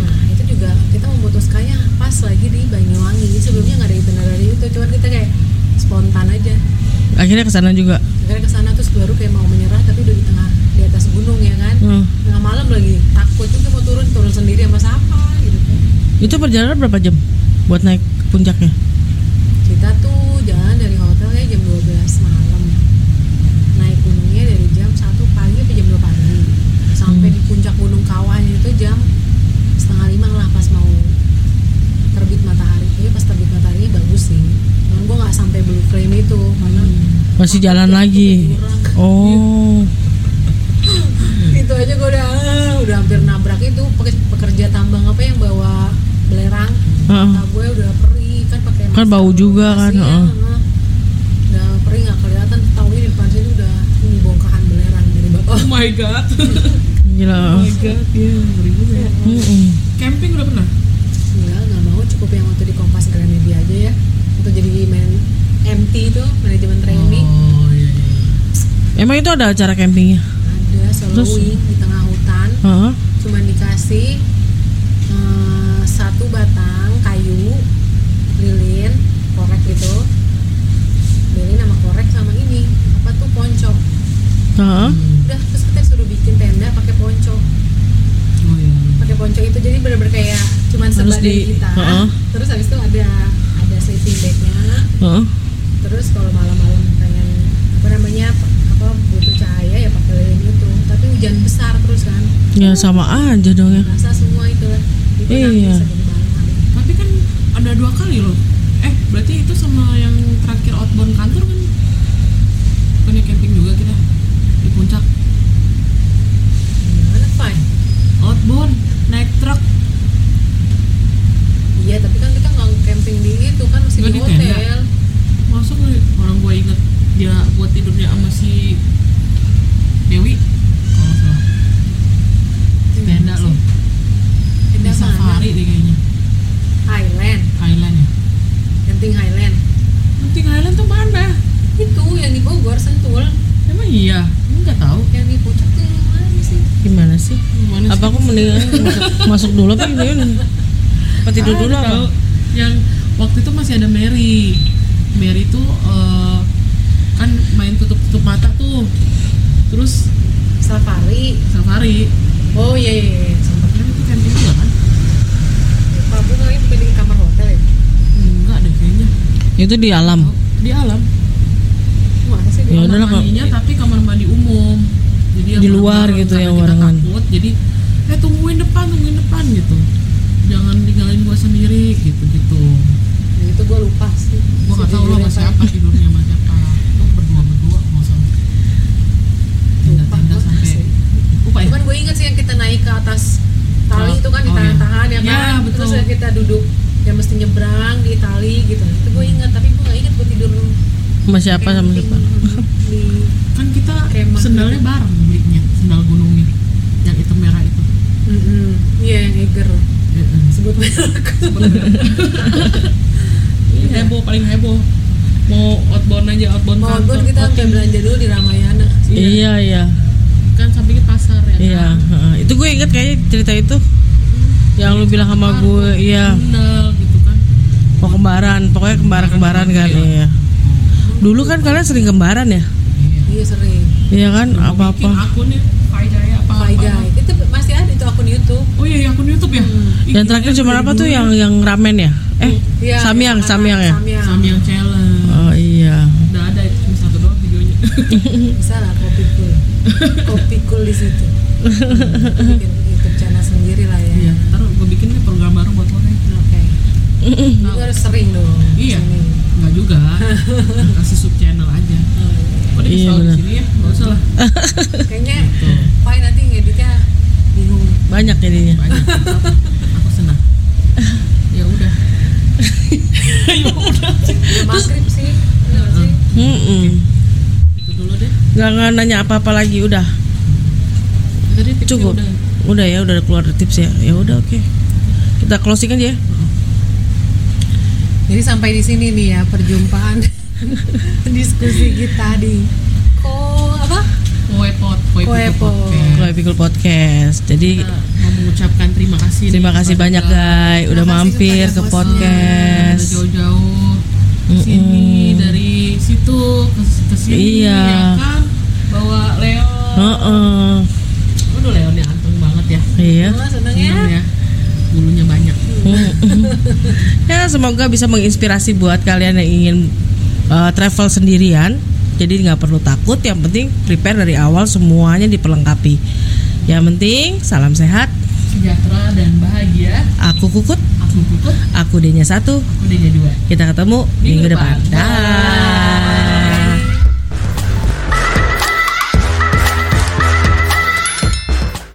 Speaker 1: nah itu juga kita memutuskannya pas lagi di Banyuwangi sebelumnya nggak ada itinerary itu cuman kita kayak spontan aja
Speaker 3: akhirnya kesana juga
Speaker 1: akhirnya kesana terus baru kayak mau menyerah tapi udah di tengah di atas gunung ya kan
Speaker 3: Hmm.
Speaker 1: tengah malam lagi takut juga mau turun turun sendiri sama siapa gitu kan
Speaker 3: itu perjalanan berapa jam buat naik puncaknya
Speaker 1: kita tuh jalan dari hotel kayak jam 12 malam naik gunungnya dari jam 1 pagi sampai jam 2 pagi sampai
Speaker 3: Hmm.
Speaker 1: di puncak gunung kawahnya itu jam setengah lima lah pas mau terbit matahari kayaknya pas terbit mataharinya bagus sih cuman gue nggak sampai blue frame itu karena
Speaker 3: Hmm. masih jalan
Speaker 1: takutnya
Speaker 3: lagi
Speaker 1: kekurang.
Speaker 3: oh
Speaker 1: itu aja gue udah ah, udah hampir nabrak itu peke- pekerja tambang apa yang bawa belerang
Speaker 3: Heeh.
Speaker 1: mata gue udah perih kan pakai
Speaker 3: Hmm. Kan
Speaker 1: masker
Speaker 3: bau juga kan,
Speaker 1: masih,
Speaker 3: heeh.
Speaker 1: heeh. udah perih nggak kelihatan tahunya di depan sini udah ini bongkahan belerang dari bapak
Speaker 2: oh my god oh
Speaker 3: gila
Speaker 2: my god ya ngeri juga ya.
Speaker 3: Mm-mm.
Speaker 2: camping udah pernah
Speaker 1: enggak nggak mau cukup yang waktu di kompas Gramedia aja ya untuk jadi main MT itu manajemen training
Speaker 2: oh iya iya
Speaker 3: emang itu ada acara campingnya
Speaker 1: ada soloing di tengah hutan
Speaker 3: Heeh.
Speaker 1: cuman dikasih eh, satu batang kayu lilin korek gitu lilin sama korek sama ini apa tuh ponco
Speaker 3: Heeh.
Speaker 2: Hmm.
Speaker 1: udah terus kita suruh bikin tenda pakai ponco
Speaker 2: oh iya
Speaker 1: pakai ponco itu jadi bener-bener kayak cuman
Speaker 3: Harus
Speaker 1: sebadan
Speaker 3: di-
Speaker 1: kita
Speaker 3: Heeh.
Speaker 1: terus habis itu ada ada sleeping bagnya
Speaker 3: Heeh.
Speaker 1: terus kalau malam-malam pengen apa namanya apa butuh cahaya ya pakai lilin itu tapi hujan besar terus kan
Speaker 3: ya sama aja dong ya
Speaker 1: rasa semua itu lah itu
Speaker 3: Iya.
Speaker 1: nangis sampai malam hari.
Speaker 2: tapi kan ada dua kali loh eh berarti itu sama yang terakhir outbound kantor kan punya camping juga kita di puncak
Speaker 1: Gimana fine?
Speaker 2: outbound naik truk
Speaker 1: Iya, tapi kan kita nggak camping di itu kan masih
Speaker 2: Nggak
Speaker 1: di
Speaker 2: di
Speaker 1: hotel.
Speaker 2: tenda. masuk nggak? orang gua inget dia buat tidurnya sama si Dewi kalau nggak salah tenda loh
Speaker 1: Tenda
Speaker 2: di
Speaker 1: safari.
Speaker 2: safari deh kayaknya
Speaker 1: Highland,
Speaker 2: Highland ya
Speaker 1: camping Highland.
Speaker 2: penting Highland tuh mana
Speaker 1: Itu yang di Bogor Sentul,
Speaker 2: emang iya nggak tahu
Speaker 1: yang di Puncak tuh yang mana sih?
Speaker 3: gimana sih
Speaker 2: Mana sih?
Speaker 3: apa aku mendingan masuk, masuk dulu apa gimana apa tidur
Speaker 2: Ah,
Speaker 3: dulu apa
Speaker 2: tahu. yang waktu itu masih ada Mary Mary tuh eh, kan main tutup tutup mata tuh terus
Speaker 1: Safari.
Speaker 2: safari
Speaker 1: Oh iya iya. iya.
Speaker 2: sempatnya itu camping juga kan
Speaker 1: Pak Bu kali bukan di kamar hotel ya?
Speaker 2: enggak deh kayaknya
Speaker 3: itu di alam
Speaker 2: di alam
Speaker 1: Masa sih?
Speaker 3: Ya
Speaker 1: dia?
Speaker 3: udah
Speaker 2: kamar
Speaker 3: lah, Kak.
Speaker 2: mandinya tapi kamar mandi umum jadi yang
Speaker 3: Di luar
Speaker 2: orang-orang,
Speaker 3: gitu ya,
Speaker 2: karena kita
Speaker 3: orang-orang.
Speaker 2: takut jadi eh tungguin depan tungguin depan gitu jangan tinggalin gua sendiri gitu gitu
Speaker 1: Nah, itu gue lupa sih.
Speaker 2: gua nggak tahu lo sama siapa tidurnya sama siapa lo berdua berdua kalau sama
Speaker 1: Lupa
Speaker 2: tenda-tenda
Speaker 1: gue
Speaker 2: sampai
Speaker 1: sih.
Speaker 2: lupa ya
Speaker 1: Cuman gue inget sih yang kita naik ke atas tali
Speaker 2: Oh,
Speaker 1: itu kan
Speaker 2: oh,
Speaker 1: ditahan-tahan
Speaker 2: iya.
Speaker 1: ya kan.
Speaker 2: Ya, betul.
Speaker 1: Terus yang kita duduk yang mesti nyebrang di tali gitu. Itu
Speaker 2: Hmm.
Speaker 1: gue inget, tapi gue gak inget gue tidur
Speaker 3: sama siapa sama
Speaker 1: camping
Speaker 3: siapa
Speaker 1: di
Speaker 2: kan kita
Speaker 1: Kemah
Speaker 2: sendalnya
Speaker 1: gitu.
Speaker 2: bareng belinya sendal gunungnya yang hitam merah itu
Speaker 1: Mm-mm. Iya yang Eger
Speaker 2: Heeh.
Speaker 1: sebut merek.
Speaker 2: Ini Iya. heboh paling heboh mau outbound aja outbound
Speaker 1: Mau
Speaker 2: kantor
Speaker 1: gue kita sampai
Speaker 2: outbound.
Speaker 1: belanja dulu di Ramayana.
Speaker 3: iya iya
Speaker 2: kan sampingnya pasar ya
Speaker 3: iya
Speaker 2: kan?
Speaker 3: heeh. itu gue inget kayaknya cerita itu yang lu bilang sama gue iya
Speaker 2: kan? sendal gitu kan
Speaker 3: mau kembaran pokoknya kembaran kembaran kan iya dulu kan kalian sering kembaran ya
Speaker 2: Iya.
Speaker 1: Iya sering.
Speaker 3: iya kan
Speaker 2: Mau
Speaker 3: apa apa
Speaker 2: bikin akunnya Faijaya apa
Speaker 1: Bye guys. Itu masih ada itu akun YouTube.
Speaker 2: oh iya iya, akun YouTube ya
Speaker 1: Hmm.
Speaker 2: Ih,
Speaker 3: yang terakhir cuma apa tuh yang yang ramen ya eh
Speaker 1: Iya, yang
Speaker 3: samyang samyang ya
Speaker 1: Samyang.
Speaker 2: Samyang challenge
Speaker 3: oh iya
Speaker 2: udah ada itu cuma satu doang videonya
Speaker 1: Bisa lah kopi cool. kopi cool di situ. Bikin YouTube channel sendiri lah ya.
Speaker 2: iya ntar gue bikin nih program baru buat lo nih
Speaker 1: Oke. Itu harus sering dong.
Speaker 2: Iya.
Speaker 1: sering.
Speaker 2: nggak juga kasih sub channel aja
Speaker 1: Oh, iya.
Speaker 2: kok dia
Speaker 3: Iya,
Speaker 2: bisa di
Speaker 3: bener.
Speaker 2: sini ya nggak usah lah Mm.
Speaker 1: Kayaknya
Speaker 2: tuh
Speaker 1: Pai nanti ngeditnya bingung.
Speaker 3: banyak jadinya
Speaker 2: banyak aku senang ya udah
Speaker 1: Udah maghrib sih. Udah nggak
Speaker 2: Mm.
Speaker 1: sih?
Speaker 3: Mm-mm.
Speaker 2: itu dulu deh
Speaker 3: nggak nggak nanya apa apa lagi udah
Speaker 2: tadi tipsnya
Speaker 3: Cukup.
Speaker 2: udah
Speaker 3: udah ya udah keluar tips ya ya udah oke kita closing aja ya
Speaker 1: Jadi sampai di sini nih ya perjumpaan diskusi kita di ko apa?
Speaker 2: Kue pot, kue,
Speaker 1: Kue
Speaker 2: Pikul
Speaker 1: Pot.
Speaker 2: Podcast.
Speaker 3: Keluar Pikul Podcast jadi
Speaker 1: Nah,
Speaker 2: Kita mau mengucapkan terima kasih.
Speaker 3: terima
Speaker 2: nih
Speaker 3: kasih
Speaker 2: kepada
Speaker 3: banyak guys
Speaker 1: Terima
Speaker 3: udah
Speaker 1: kasih
Speaker 3: mampir
Speaker 1: kepada Mas
Speaker 2: yang
Speaker 3: ke
Speaker 2: udah
Speaker 3: podcast
Speaker 2: jauh-jauh sini dari situ ke, ke sini
Speaker 3: Iya.
Speaker 2: ya kan bawa Leon.
Speaker 3: Heeh.
Speaker 2: Aduh Leonnya anteng banget ya.
Speaker 3: iya
Speaker 1: Mama seneng ya?
Speaker 2: Seneng ya. Bulunya banyak.
Speaker 3: Hmm. ya semoga bisa menginspirasi buat kalian yang ingin uh, travel sendirian jadi nggak perlu takut yang penting prepare dari awal semuanya diperlengkapi yang penting salam sehat
Speaker 2: Sejahtera dan bahagia.
Speaker 3: aku kukut
Speaker 2: Aku kukut,
Speaker 3: aku denya satu
Speaker 2: aku Denya dua.
Speaker 3: kita ketemu minggu, depan, Dah.